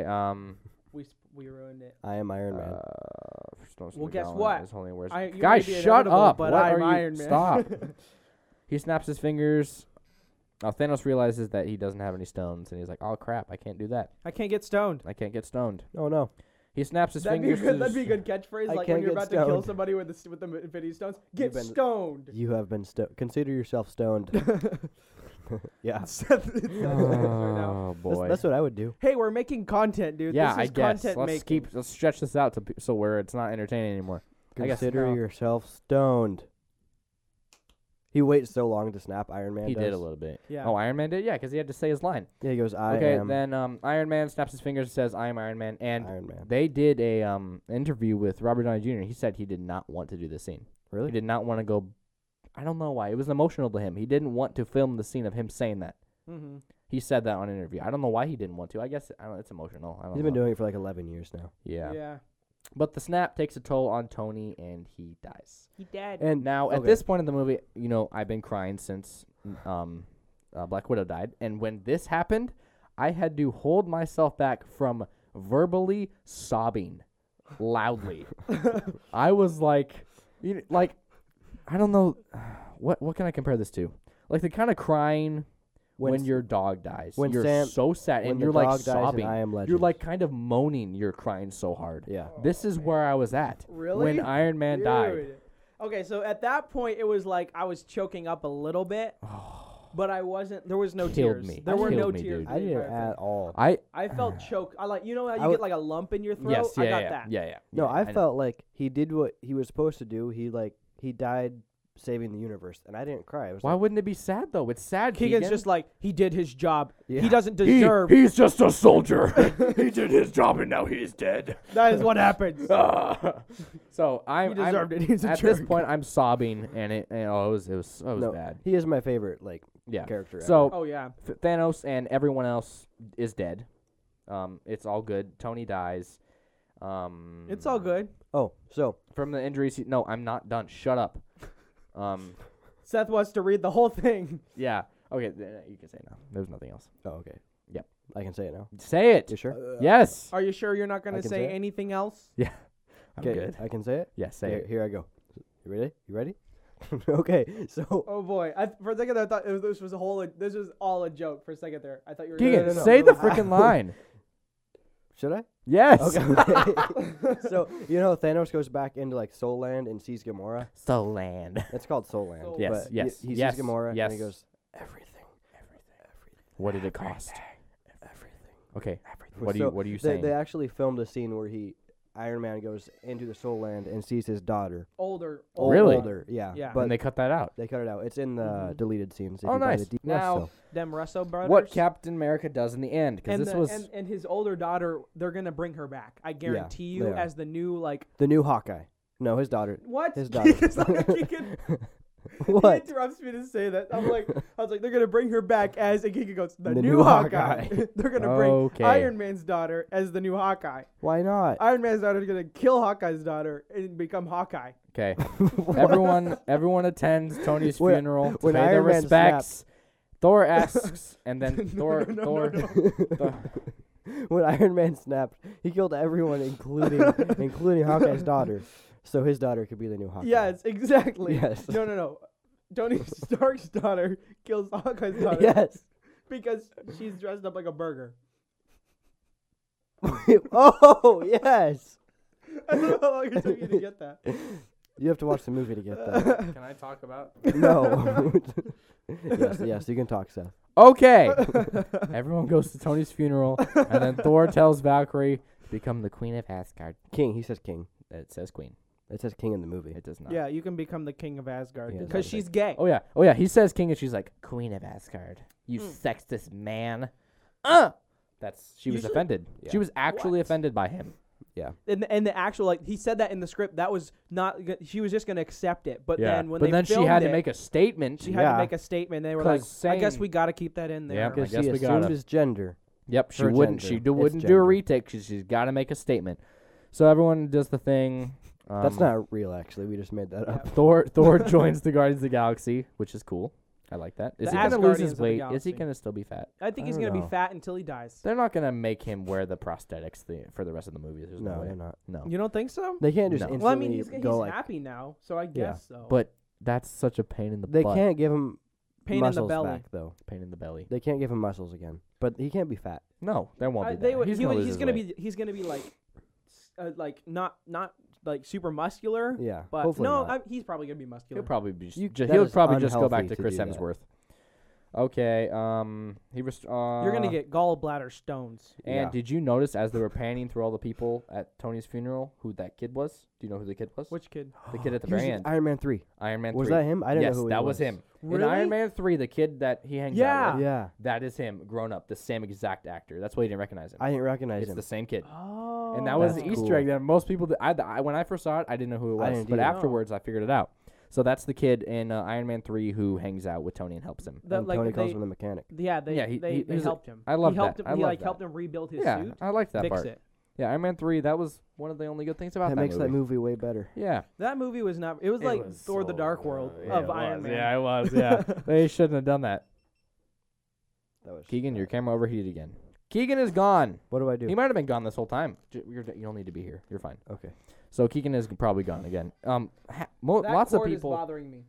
A: Okay. Um.
C: We sp- we ruined it.
B: I am Iron Man.
A: uh, Stones from
C: Well,
A: the
C: guess
A: Gauntlet
C: what?
A: is holding words-
C: I- you may
A: Guys,
C: be
A: shut
C: inevitable,
A: up!
C: but
A: What
C: I'm
A: are you?
C: Iron Man. [laughs]
A: Stop. he snaps his fingers. Now Thanos realizes that he doesn't have any stones, and he's like, "Oh crap! I can't do that.
C: I can't get stoned.
A: I can't get stoned."
B: oh no.
A: He snaps his
C: That'd be, a
A: fingers.
C: good,
A: to
C: that'd be a
A: his-
C: good catchphrase.
B: I
C: like
B: can't
C: when you're
B: get
C: about to kill
B: stoned.
C: somebody with the st- with the m- Infinity Stones, get
B: been-
C: stoned.
B: [laughs]
C: [laughs]
B: You have been stoned. Consider yourself
A: [laughs]
B: stoned. yeah. That's,
C: Seth-
B: [laughs]
C: it's not happening [laughs] right now.
A: [laughs] Oh boy.
B: that's what I would do.
C: Hey, we're making content, dude.
A: yeah,
C: this is
A: I guess.
C: content
A: Let's
C: making.
A: keep. Let's stretch this out to pe- so where it's not entertaining anymore. I guess
B: Consider
A: no.
B: yourself stoned. He waits so long to snap. Iron Man.
A: he
B: does.
A: did a little bit.
C: Yeah.
A: Oh, Iron Man did. Yeah, because he had to say his line.
B: Yeah, he goes. I
A: okay.
B: am
A: Then um, Iron Man snaps his fingers and says, "I am Iron Man." And
B: Iron Man.
A: they did a um interview with Robert Downey Jr. He said he did not want to do this scene. He
B: Really?
A: did not want to go. I don't know why. It was emotional to him. He didn't want to film the scene of him saying that.
C: hmm
A: He said that on an interview. I don't know why he didn't want to. I guess I don't, it's emotional. I don't
B: He's
A: know.
B: been doing it for like 11 years now.
A: yeah.
C: Yeah.
A: But the snap takes a toll on Tony and he dies.
C: He dead.
B: And
A: Now, at
B: okay.
A: this point in the movie, you know, I've been crying since um, uh, Black Widow died. And when this happened, I had to hold myself back from verbally sobbing
B: [laughs]
A: loudly. I was like, you know, like, I don't know, [sighs] what what can I compare this to? Like the kind of crying when,
B: When s-
A: your dog dies.
B: when
A: you're
B: Sam-
A: so sad
B: when
A: and
B: the
A: you're like
B: dog dies in
A: sobbing.
B: I Am
A: You're
B: Legend.
A: like kind of moaning. You're crying so hard. [sighs]
B: Yeah.
A: This is where I was at when
C: Really?
A: Iron Man died.
C: Dude. Okay, so at that point, it was like I was choking up a little bit,
A: [sighs]
C: but I wasn't. There was no
A: Killed
C: tears.
A: me.
C: There
A: That
C: were no
A: killed me,
C: tears.
A: dude.
C: the
B: I didn't
C: entire thing.
B: at all.
A: I
C: I felt choke. I like you know how you
B: would-
C: get like a lump in your throat.
A: yes, yeah,
C: I got
A: yeah,
C: that.
A: yeah, yeah.
B: no,
A: yeah,
B: I,
A: know.
B: felt like he did what he was supposed to do. He like he died saving the universe, and I didn't cry. I was
A: Why
B: like,
A: wouldn't it be sad though? It's sad.
C: Keegan's
A: Keegan.
C: just like he did his job.
B: Yeah.
C: He doesn't deserve.
A: he's just a soldier. he did his job and now he's
C: [laughs]
A: dead.
C: [laughs]
A: [laughs]
C: that is what happens.
A: Ah. so I'm,
C: He
A: I'm-
C: deserved it. He's a
A: at this
C: jerk.
A: point I'm sobbing and it and, oh it was it was, it was
B: no,
A: bad.
B: he is my favorite like
A: Yeah.
B: character. ever.
A: So
C: Oh yeah.
A: Th- Thanos and everyone else is dead. Um, it's all good. Tony dies. Um,
C: It's all good.
B: oh, so
A: From the injuries, he- no, I'm not done. Shut up. Um,
C: Seth wants to read the whole thing. [laughs]
A: yeah. Okay, th- you can say it now. There's nothing else.
B: oh okay,
A: Yep.
B: I can say it now.
A: Say it.
B: You sure?
A: Yes.
C: Are you sure you're not
B: I
C: gonna
B: can
C: say
B: say it.
C: anything else?
A: Yeah. I'm
B: Okay,
A: good.
B: I can say it.
A: Yeah, say
B: here,
A: it.
B: here I go. You ready? You ready? [laughs] okay, so
C: Oh boy! I, for a second there, I thought it was, this was a whole. This was all a joke. For a second there, I thought you were.
A: Keegan,
B: no, no,
A: say [laughs] the
B: no.
A: freaking line. [laughs]
B: should I?
A: Yes.
B: Okay.
A: [laughs]
B: okay. [laughs] so you know Thanos goes back into like Soul Land and sees Gamora.
A: So land.
B: It's called Soul Land.
C: Soul
A: Yes,
B: But y-
A: yes,
B: He, sees
A: yes,
B: Gamora and
A: yes.
B: he goes, everything, everything,
A: What did it cost?
B: everything, everything.
A: Okay. What do
B: So
A: you What are you
B: They,
A: saying?
B: they actually filmed a scene where he Iron Man goes into the Soul Land and sees his daughter.
C: older.
B: Ol-
A: Oh,
C: older.
A: Really?
B: Older, yeah.
C: Yeah.
B: But
A: and
B: they,
A: they cut that out.
B: cut it out. It's in the
C: Mhm.
B: deleted scenes. If
A: Oh,
B: you buy
A: nice.
B: The DVDs,
A: Now-
B: so.
C: Them Russo brothers.
A: What Captain America does in the end, because
C: And,
A: this
C: the-
A: was
C: and and his older daughter, they're gonna bring her back. I guarantee
B: they
C: you,
B: are.
C: as the new like
B: the new Hawkeye. No, his daughter.
C: what? [laughs]
B: His daughter.
C: It's
B: [laughs]
C: like Keegan-
B: what?
C: He interrupts me to say that. I'm like, I was like, they're gonna bring her back as and Keegan goes, the,
B: The
C: new
B: new
C: Hawkeye.
B: Hawkeye.
C: [laughs] they're gonna bring
A: Okay.
C: Iron Man's daughter as the new Hawkeye.
B: Why
C: [laughs]
B: not? [laughs]
C: Iron Man's daughter is gonna kill Hawkeye's daughter and become Hawkeye.
A: [laughs] Okay. everyone everyone attends Tony's
B: When-
A: funeral to
B: when
A: pay their
B: Iron Man
A: respects. [laughs] Thor asks, and [laughs] then Thor
C: no,
A: [laughs]
C: no,
A: Thor
C: no.
B: when Iron Man snapped, he killed everyone,
C: [laughs]
B: including including Hawkeye's daughter. So his daughter could be the new Hawkeye.
C: Yes, exactly.
B: Yes.
C: No, no, no.
B: [laughs]
C: Tony Stark's daughter kills Hawkeye's daughter
B: Yes. [laughs]
C: because she's dressed up like a burger. [laughs]
B: oh yes.
C: I don't know how long it took you to get that.
B: You have to watch the movie to get
C: [laughs]
B: that.
A: Can I talk about
B: no. [laughs] yes, yes, you can talk, Seth.
A: [laughs] Okay. everyone goes to Tony's funeral and [laughs] then Thor tells Valkyrie become the queen of Asgard.
B: King. He says king.
A: It says queen.
B: It says king in the movie.
A: It does not.
C: Yeah, you can become the king of Asgard
B: Yeah,
C: because
B: that's
C: she's gay.
A: Oh yeah. Oh yeah, he says king and she's like queen of Asgard.
C: Hmm.
A: You sexist man. Uh that's she was
C: Usually-
A: offended. She
B: Yeah.
A: was actually
C: What?
A: offended by him.
C: And, the- and the actual like he said that in the script that was not g- she was just gonna accept it. But then when
A: but
C: they
A: then she
C: filmed
A: had
C: it,
A: to make a statement.
C: she had to
B: Yeah.
C: make a statement. They were like,
A: 'Cause
C: I guess
A: saying-
C: we gotta keep that in there.
A: Yep. I
B: Because
A: guess
B: he
A: we gotta.
B: assumed his gender.
A: Yep, she
B: her
A: wouldn't.
B: gender.
A: She do,
B: It's
A: wouldn't do a
B: gender.
A: retake. 'cause she's got to make a statement. So everyone does the thing. Um,
B: That's not real, actually. We just made that up.
A: Thor.
B: [laughs]
A: Thor joins the Guardians of the Galaxy, which is cool. I like that. Is
C: The
A: he gonna lose
C: Asgardians
A: his
C: of the
A: weight? Is he
C: Galaxy.
A: gonna still be fat?
C: I
B: I
C: think he's
B: don't
C: gonna be
B: know.
C: fat until he dies.
A: They're not gonna make him wear the prosthetics the, for the rest of the movie. There's no,
B: No,
A: way.
B: they're not.
A: No.
C: You don't think so?
B: They can't just
A: No.
B: instantly
C: Well, I mean, he's, he's
B: go like.
C: happy now, so I
B: Yeah.
C: guess so.
A: But that's such a pain in the
B: They
A: butt.
B: can't give him
C: pain in
B: muscles
C: the belly.
B: back though.
A: Pain in the belly.
B: They can't give him muscles again. But he can't be fat.
A: No, there won't
C: I-
A: be.
C: Uh, they
A: that.
C: would-
A: he's
C: he
A: gonna,
C: would-
A: lose
C: he's
A: his
C: gonna
A: weight.
C: be he's gonna be like s- uh, like not not like super muscular.
B: Yeah.
C: But
B: hopefully
C: no,
B: not.
C: I, he's probably gonna be muscular.
A: He'll probably be. Just,
B: You-
A: ju-
B: that
A: he'll
B: is
A: probably just go back
B: unhealthy
A: to
B: to
A: Chris
B: do that.
A: Hemsworth. Okay. Um. He. Rest- uh,
C: You're gonna get gallbladder stones.
A: And
B: Yeah.
A: did you notice as they were panning through all the people at Tony's funeral who that kid was? Do you know who the kid was?
C: Which kid?
A: the kid at the
B: He was
A: very
B: in
A: end.
B: Iron Man three.
A: Iron Man
B: Was
A: 3.
B: that him? I didn't
A: yes,
B: know who he
A: that
B: was.
A: him. In
C: Really?
A: Iron Man 3, the kid that he hangs out
C: Yeah.
A: with,
B: Yeah.
A: that is him, grown up, the same exact actor. That's why you didn't recognize him.
B: I didn't recognize
A: it's
B: him.
A: the same kid.
C: Oh.
A: and that was
B: that's
A: the Easter
B: cool.
A: egg that most people, that I, that I, when I first saw it, I didn't know who it
B: I
A: was.
B: didn't
A: But
B: either.
A: afterwards, I figured it out. So that's the kid in uh, Iron Man 3 who hangs out with Tony and helps him.
C: that
B: And
C: like
B: Tony calls
C: they-
B: him the mechanic.
C: yeah they
A: Yeah, he-
C: they,
A: he-
C: they
A: he's a-
C: helped him.
A: I love
C: he helped
A: that.
C: Him,
A: I
C: he
A: love
C: like
A: that.
C: helped him rebuild his
A: yeah,
C: suit,
A: I like that
C: fix
A: part.
C: it.
A: Yeah, Iron Man 3, that was one of the only good things about
B: That
A: that
B: makes
A: movie.
B: that movie way better.
A: Yeah.
C: That movie was not. It was
A: It
C: like
A: was
C: Thor: The
A: so
C: Dark
A: good.
C: World
A: Yeah,
C: of
A: it was.
C: Iron Man. [laughs]
A: Yeah, it [laughs] was. Yeah, they shouldn't have done that.
B: That was
A: Keegan, your camera overheated again. Keegan is gone.
B: What do I do?
A: He might have been gone this whole time. J- You're, d- you don't need to be here. You're fine.
B: Okay.
A: So Keegan is probably gone again. Um, ha- mo-
C: That
A: lots of
C: cord is
A: people.
C: bothering me.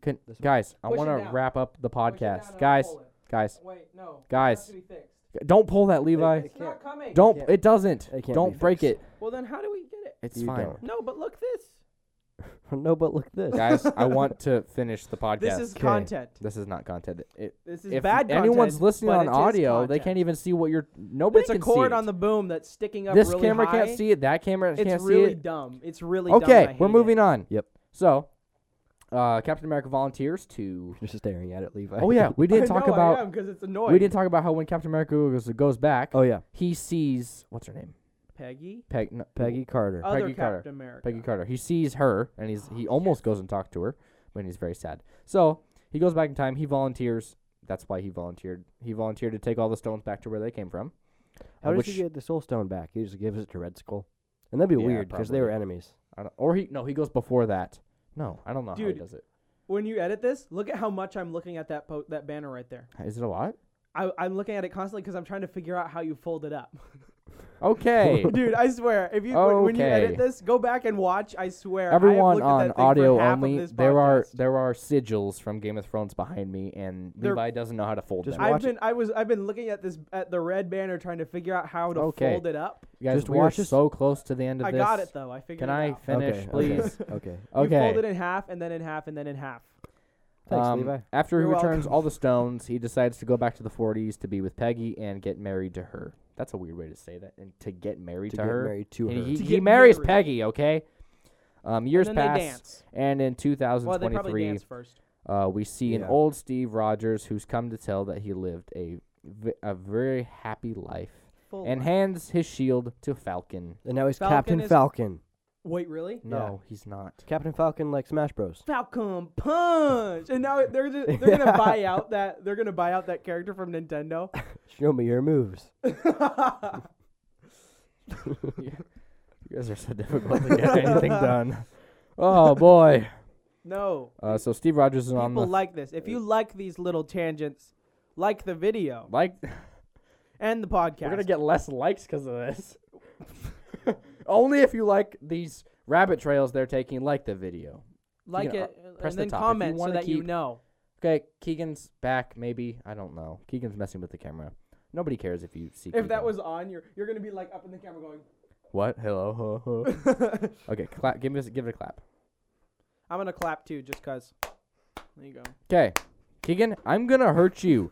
A: Can,
B: This one.
A: guys, I
C: Push it
A: want to
C: down.
A: wrap up the
C: Push it down
A: podcast.
C: and
A: Guys,
C: pull it.
A: guys,
C: Wait, no. it
A: Guys.
C: has to be fixed.
A: don't pull that, Levi.
B: It
C: It's not
B: can't-
C: coming.
A: Don't.
B: can't-
A: It doesn't.
B: it can't
A: don't
B: be
A: break
B: fixed.
A: it.
C: Well, then how do we get it?
A: It's
B: You
A: fine,
B: don't.
C: No, but look this.
B: [laughs] no, but look
A: [laughs]
B: this. [laughs]
A: guys. I want
C: [laughs]
A: to finish the podcast.
C: This is
B: 'Kay.
C: content.
A: This is not content. It,
C: This is
A: if
C: bad content.
A: anyone's listening
C: but
A: on
C: it is
A: audio, they
C: content.
A: can't even see what you're. Nobody
C: It's
A: can
C: a
A: see
C: cord
A: it.
C: on the boom that's sticking up
A: This
C: really
A: camera
C: high.
A: can't see it. That camera
C: It's
A: can't
C: really
A: see it.
C: dumb. It's really dumb.
A: Okay, we're moving on.
B: Yep.
A: So, Uh, Captain America volunteers to.
B: Just staring at it, Levi.
A: [laughs] Oh
B: [laughs]
A: yeah, [laughs] we didn't
C: [laughs] I
A: talk
C: know
A: about.
C: I am because it's annoying.
A: We didn't talk about how when Captain America goes, goes back,
B: Oh yeah.
A: he sees what's her name,
C: Peggy,
A: Peg, no,
B: Peggy Carter.
C: other
A: Peggy Carter.
C: Captain America.
A: Peggy Carter. He sees her, and he's
C: Oh,
A: he almost goes and talks to her, but he's very sad. So he goes back in time. He volunteers. That's why he volunteered. He volunteered to take all the stones back to where they came from.
B: How does
A: which,
B: he get the Soul Stone back? He just gives it to Red Skull, and that'd be
A: Yeah,
B: weird because they were
A: probably.
B: [laughs] enemies.
A: I don't, or he no, he goes before that. No, I don't know how he
C: Dude.
A: does it.
C: When you edit this, look at how much I'm looking at that po- that banner right there.
A: Is it a lot?
C: I, I'm looking at it constantly because I'm trying to figure out how you fold it up. [laughs]
A: Okay.
C: Dude, I swear, if you when- when you edit
A: Okay.
C: this, go back and watch. I swear, I have
A: Everyone
C: looked at
A: on
C: that thing for
A: audio
C: half of
A: only.
C: this
A: There are
C: podcast.
A: there are sigils from Game of Thrones behind me, and
C: They're-
A: Levi doesn't know how to fold
B: Just
A: them.
B: watch
C: I've been I was I've been looking at this at the red banner trying to figure out how to
A: Okay.
C: fold it up.
A: You guys,
B: just
A: we are
B: watch this-
A: so close to the end of
C: I
A: this.
C: got it though. I figured.
A: Can
C: it
A: I
C: out. [laughs]
A: finish,
B: okay,
A: please?
B: Okay. okay.
C: You
A: Okay.
C: fold it in half and then in half and then in half.
B: Thanks,
A: Um,
B: Levi.
A: After he
C: You're
A: returns all the stones, he decides to go back to the 40s to be with Peggy and get married to her. That's a weird way to say that. And to get married
B: To
A: to,
B: get
A: her.
B: married to
A: And
B: her.
A: He,
C: To
A: he
C: get
A: marries
C: married.
A: Peggy, okay? Um, years
C: and then
A: pass,
C: they dance.
A: and in
C: Well, they probably
A: 2023,
C: dance first.
A: uh, we see an
B: Yeah.
A: old Steve Rogers who's come to tell that he lived a v- a very happy life,
C: Full
A: and
C: life.
A: hands his shield to Falcon.
B: And now he's
C: Falcon
B: Captain
C: is-
B: Falcon.
C: Wait, really?
A: No, he's
B: [laughs]
A: not.
B: Captain Falcon like Smash Bros.
C: Falcon Punch, and now they're just, they're gonna buy out that they're gonna buy out that character
A: [laughs]
C: from Nintendo.
B: Show me your moves.
A: You guys are [laughs] so difficult to get anything done. Oh boy.
C: no,
A: Uh, so Steve Rogers is on the
C: people like this. If you like these little tangents, like the video
A: like
C: and the podcast.
A: We're gonna get less likes because of this. [laughs] Only if you like these rabbit trails they're taking, like the video.
C: like
A: can, uh,
C: it
A: press
C: and
A: the
C: then
A: top if you
C: comment so
A: wanna
C: that you
A: keep-
C: know.
A: Okay, Keegan's back, maybe. I don't know. Keegan's messing with the camera. Nobody cares if you see.
C: If that
A: Keegan.
C: was on, you're you're gonna be like up in the camera going.
A: what? Hello. [laughs] huh, huh. okay, clap. Give us. Give it a clap.
C: I'm gonna clap too, just cause. There you go.
A: Okay, Keegan, I'm gonna hurt you.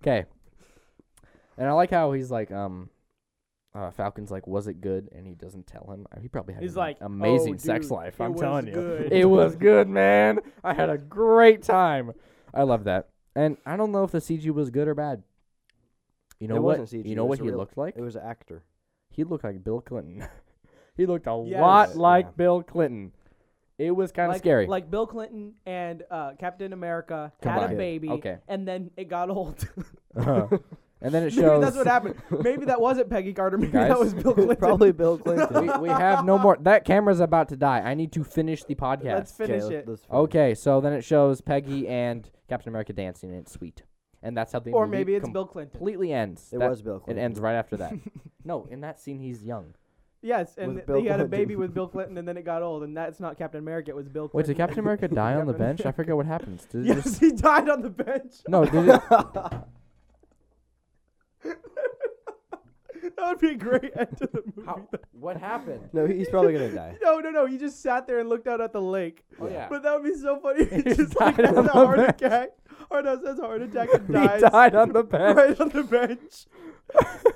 A: Okay. And I like how he's like, um, uh, Falcon's like, was it good? And he doesn't tell him. He probably had
C: He's
A: an
C: like,
A: amazing
C: "Oh,
A: sex
C: dude,
A: life.
C: it
A: I'm
C: was
A: telling you,
C: good."
A: it was good, man. I had a great time. I love that. And I don't know if the CG was good or bad. You know
B: It
A: what?
B: wasn't CG,
A: you know
B: it
A: what
B: was
A: he
B: real.
A: looked like?
B: It was an [laughs] actor.
A: He looked like Bill Clinton. [laughs] he looked a
C: Yes.
A: lot like
B: Yeah.
A: Bill Clinton. It was kind of
C: like,
A: scary.
C: Like Bill Clinton and uh, Captain America had a
A: Combined.
C: baby,
A: Okay.
C: and then it got old.
A: [laughs] and
C: [laughs]
A: then it
C: Maybe
A: shows
C: that's what happened. Maybe that wasn't
A: [laughs]
C: Peggy Carter. Maybe that
A: Guys?
C: was Bill Clinton.
B: Probably [laughs] Bill
A: we,
B: Clinton.
A: we have no more. That camera's about to die. I need to finish the podcast.
C: [laughs] Let's finish
B: okay,
C: it.
A: okay, so then it shows Peggy and Captain America dancing, and it's sweet. And that's how the
C: Or
A: movie
C: maybe it's
A: com-
C: Bill Clinton.
A: completely ends.
B: It
A: That-
B: was Bill
A: It
B: Clinton.
A: ends right after
B: [laughs]
A: that. no, in that scene he's young.
C: Yes, and
B: With
C: th-
B: Bill
C: he had a
B: Clinton.
C: baby with Bill Clinton, and then it got old, and that's not Captain America. It was Bill
A: Wait,
C: Clinton.
A: did Captain
C: [laughs]
A: America die on the bench? I forget what happens. Did it
C: yes,
A: just-
C: he died on the bench. [laughs]
A: no, did it?
C: That would be a great end to the movie.
A: How, what happened?
B: No, he's probably gonna [laughs] die.
C: No, no, no. He just sat there and looked out at the lake.
A: Oh, yeah.
C: But that would be so funny. He
A: He
C: just like
A: died
C: has
A: on
C: a
A: the
C: heart
A: bench.
C: attack. Oh, Or does has a
A: [laughs]
C: heart attack
A: [laughs]
C: and
A: He
C: dies
A: died on
C: [laughs]
A: the bench.
C: right on
A: [laughs]
C: the bench.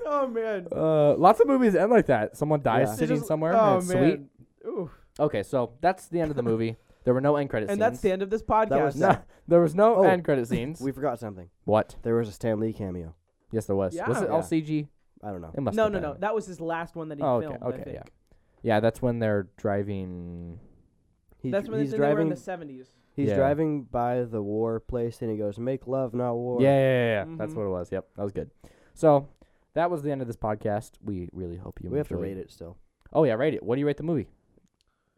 C: oh man.
A: Uh, lots of movies end like that. Someone dies
B: Yeah.
C: It
A: sitting
C: just-
A: somewhere.
C: Oh
A: and it's
C: man.
A: sweet.
C: Ooh.
A: Okay, so that's the end of the movie. There were no end credits.
C: And that's the end of this podcast.
B: was
A: No, there was no
B: Oh,
A: end credit scenes.
B: [laughs] We forgot something.
A: what?
B: There was a Stan Lee cameo.
A: Yes, there was.
C: Yeah.
A: was it
B: Yeah.
A: all CG?
B: I don't know.
A: It must.
C: no,
A: have
C: no,
A: been.
C: no. That was his last one that he
A: Oh, okay,
C: filmed. I
A: okay,
C: think.
A: yeah. Yeah, that's when they're driving.
B: He,
C: That's
B: dr-
C: when
B: he's
C: they were in
B: driving.
C: the seventies.
B: he's
A: Yeah.
B: driving by the war place, and he goes, "Make love, not war."
A: Yeah, yeah, yeah. yeah. That's
C: Mhm.
A: what it was. Yep, that was good. So that was the end of this podcast. We really hope you.
B: We have to
A: enjoyed-
B: rate it still.
A: Oh yeah, rate it. What do you rate the movie?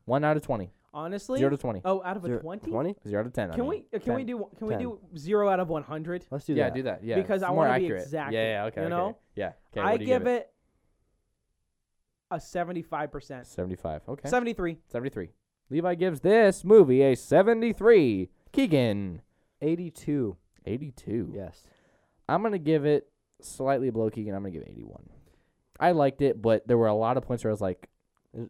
A: One out of twenty.
C: Honestly.
A: Zero to twenty.
C: oh, out of a
B: Zero-
C: twenty.
B: Twenty?
A: Zero to ten. I
C: Can
A: mean.
C: we? uh, Can we
B: 10,
C: do? Can we
B: 10.
C: do zero out of one hundred?
B: Let's do
A: yeah,
B: that.
A: do that. Yeah,
C: Because
A: it's
C: I
A: more
C: wanna be
A: accurate.
C: exact,
A: Yeah, yeah, okay.
C: you
A: okay.
C: know?
A: Yeah. Okay.
C: I
A: what do you
C: give it a seventy-five percent.
A: seventy-five. Okay.
C: Seventy-three.
A: Seventy-three. Levi gives this movie a seventy-three. Keegan.
B: Eighty-two.
A: 82.
B: Yes.
A: I'm gonna give it slightly below Keegan. I'm gonna give it 81. I liked it, but there were a lot of points where I was like,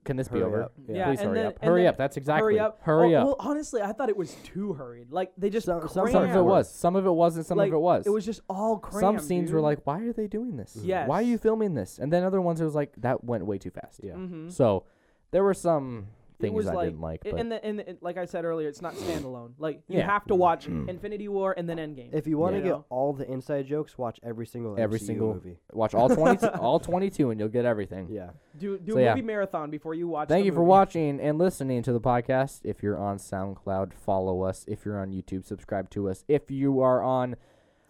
A: "Can this be
B: Hurry
A: over?
B: up.
C: Yeah,
A: Please
C: and
A: hurry
C: then-
A: up!
C: and
A: Hurry
C: then
A: up! That's exactly
C: Hurry up!
A: Hurry
C: Oh,
A: up!"
C: Well, honestly, I thought it was too hurried. Like they just
B: Some- some
C: crammed.
A: some of it
B: crammed.
A: was, some of it wasn't, some
C: Like,
A: of it was.
C: It was just all crammed.
A: some scenes were
C: dude.
A: like, "Why are they doing this?
C: Yes.
A: Why are you filming this?" And then other ones it was like, "That went way too fast."
B: Yeah.
C: Mhm.
A: So there were some things
C: was
A: I
C: like,
A: didn't like.
C: Mm-hmm. a-
A: But
C: and, the, and the, and like I said
A: [clears throat]
C: earlier, it's not standalone. Like you
A: Yeah.
C: have
A: [clears throat]
C: to watch Infinity War and then Endgame.
B: If you want to
C: You
B: get
C: know?
B: all the inside jokes, watch every single
A: Every
B: MCU
A: single-
B: movie.
A: watch all
C: [laughs]
A: twenty all twenty two, and you'll get everything.
B: Yeah.
C: do do
A: So,
C: a
A: yeah.
C: movie marathon before you watch.
A: Thank
C: the
A: you for
C: movie.
A: watching and listening to the podcast. If you're on SoundCloud, follow us. If you're on YouTube, subscribe to us. If you are on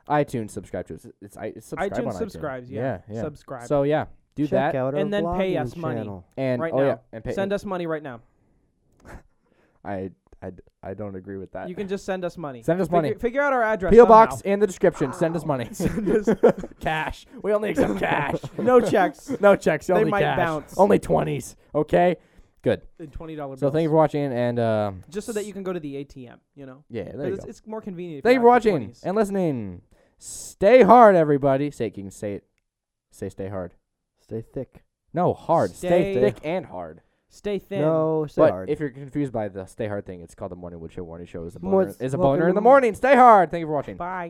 A: iTunes, subscribe to us. It's, I it's subscribe on
C: iTunes
A: iTunes.
C: subscribes.
A: yeah,
C: Yeah,
A: yeah.
C: subscribe.
A: So yeah, do
B: Check
A: that
B: out our
C: and then pay
B: vlogging
C: us money.
B: channel.
A: and
C: right
A: oh
C: now.
A: yeah, and pay,
C: send us money right now.
A: I, I I don't agree with that.
C: You can just send us money.
A: Send us
C: Figure-
A: money.
C: Figure out our address.
A: PO
C: somehow.
A: box in the description. Send us
C: [laughs]
A: money.
C: Send us [laughs]
A: cash. We [laughs] only accept cash.
C: no checks
A: No checks.
C: They
A: only
C: might
A: cash.
C: bounce.
A: Only twenties. Okay. Good.
C: in twenty dollars.
A: So thank you for watching and um,
C: just so that you can go to the ATM. You know,
A: yeah. There
C: 'Cause
A: you
C: it's,
A: go.
C: it's more convenient. if
A: Thank you for
C: you're not in
A: watching
C: your 20s.
A: and listening. Stay hard, everybody. Say can you say it. Say stay hard.
B: Stay thick.
A: No, hard. Stay,
C: Stay-
A: thick and hard.
C: Stay thin.
B: No, stay
A: but
B: hard.
A: if you're confused by the stay hard thing, it's called the Morning Wood Show Warning Show. Is a
B: More
A: boner, is a
B: smoking
A: boner in the
B: wood.
A: morning. Stay hard. Thank you for watching.
C: Bye.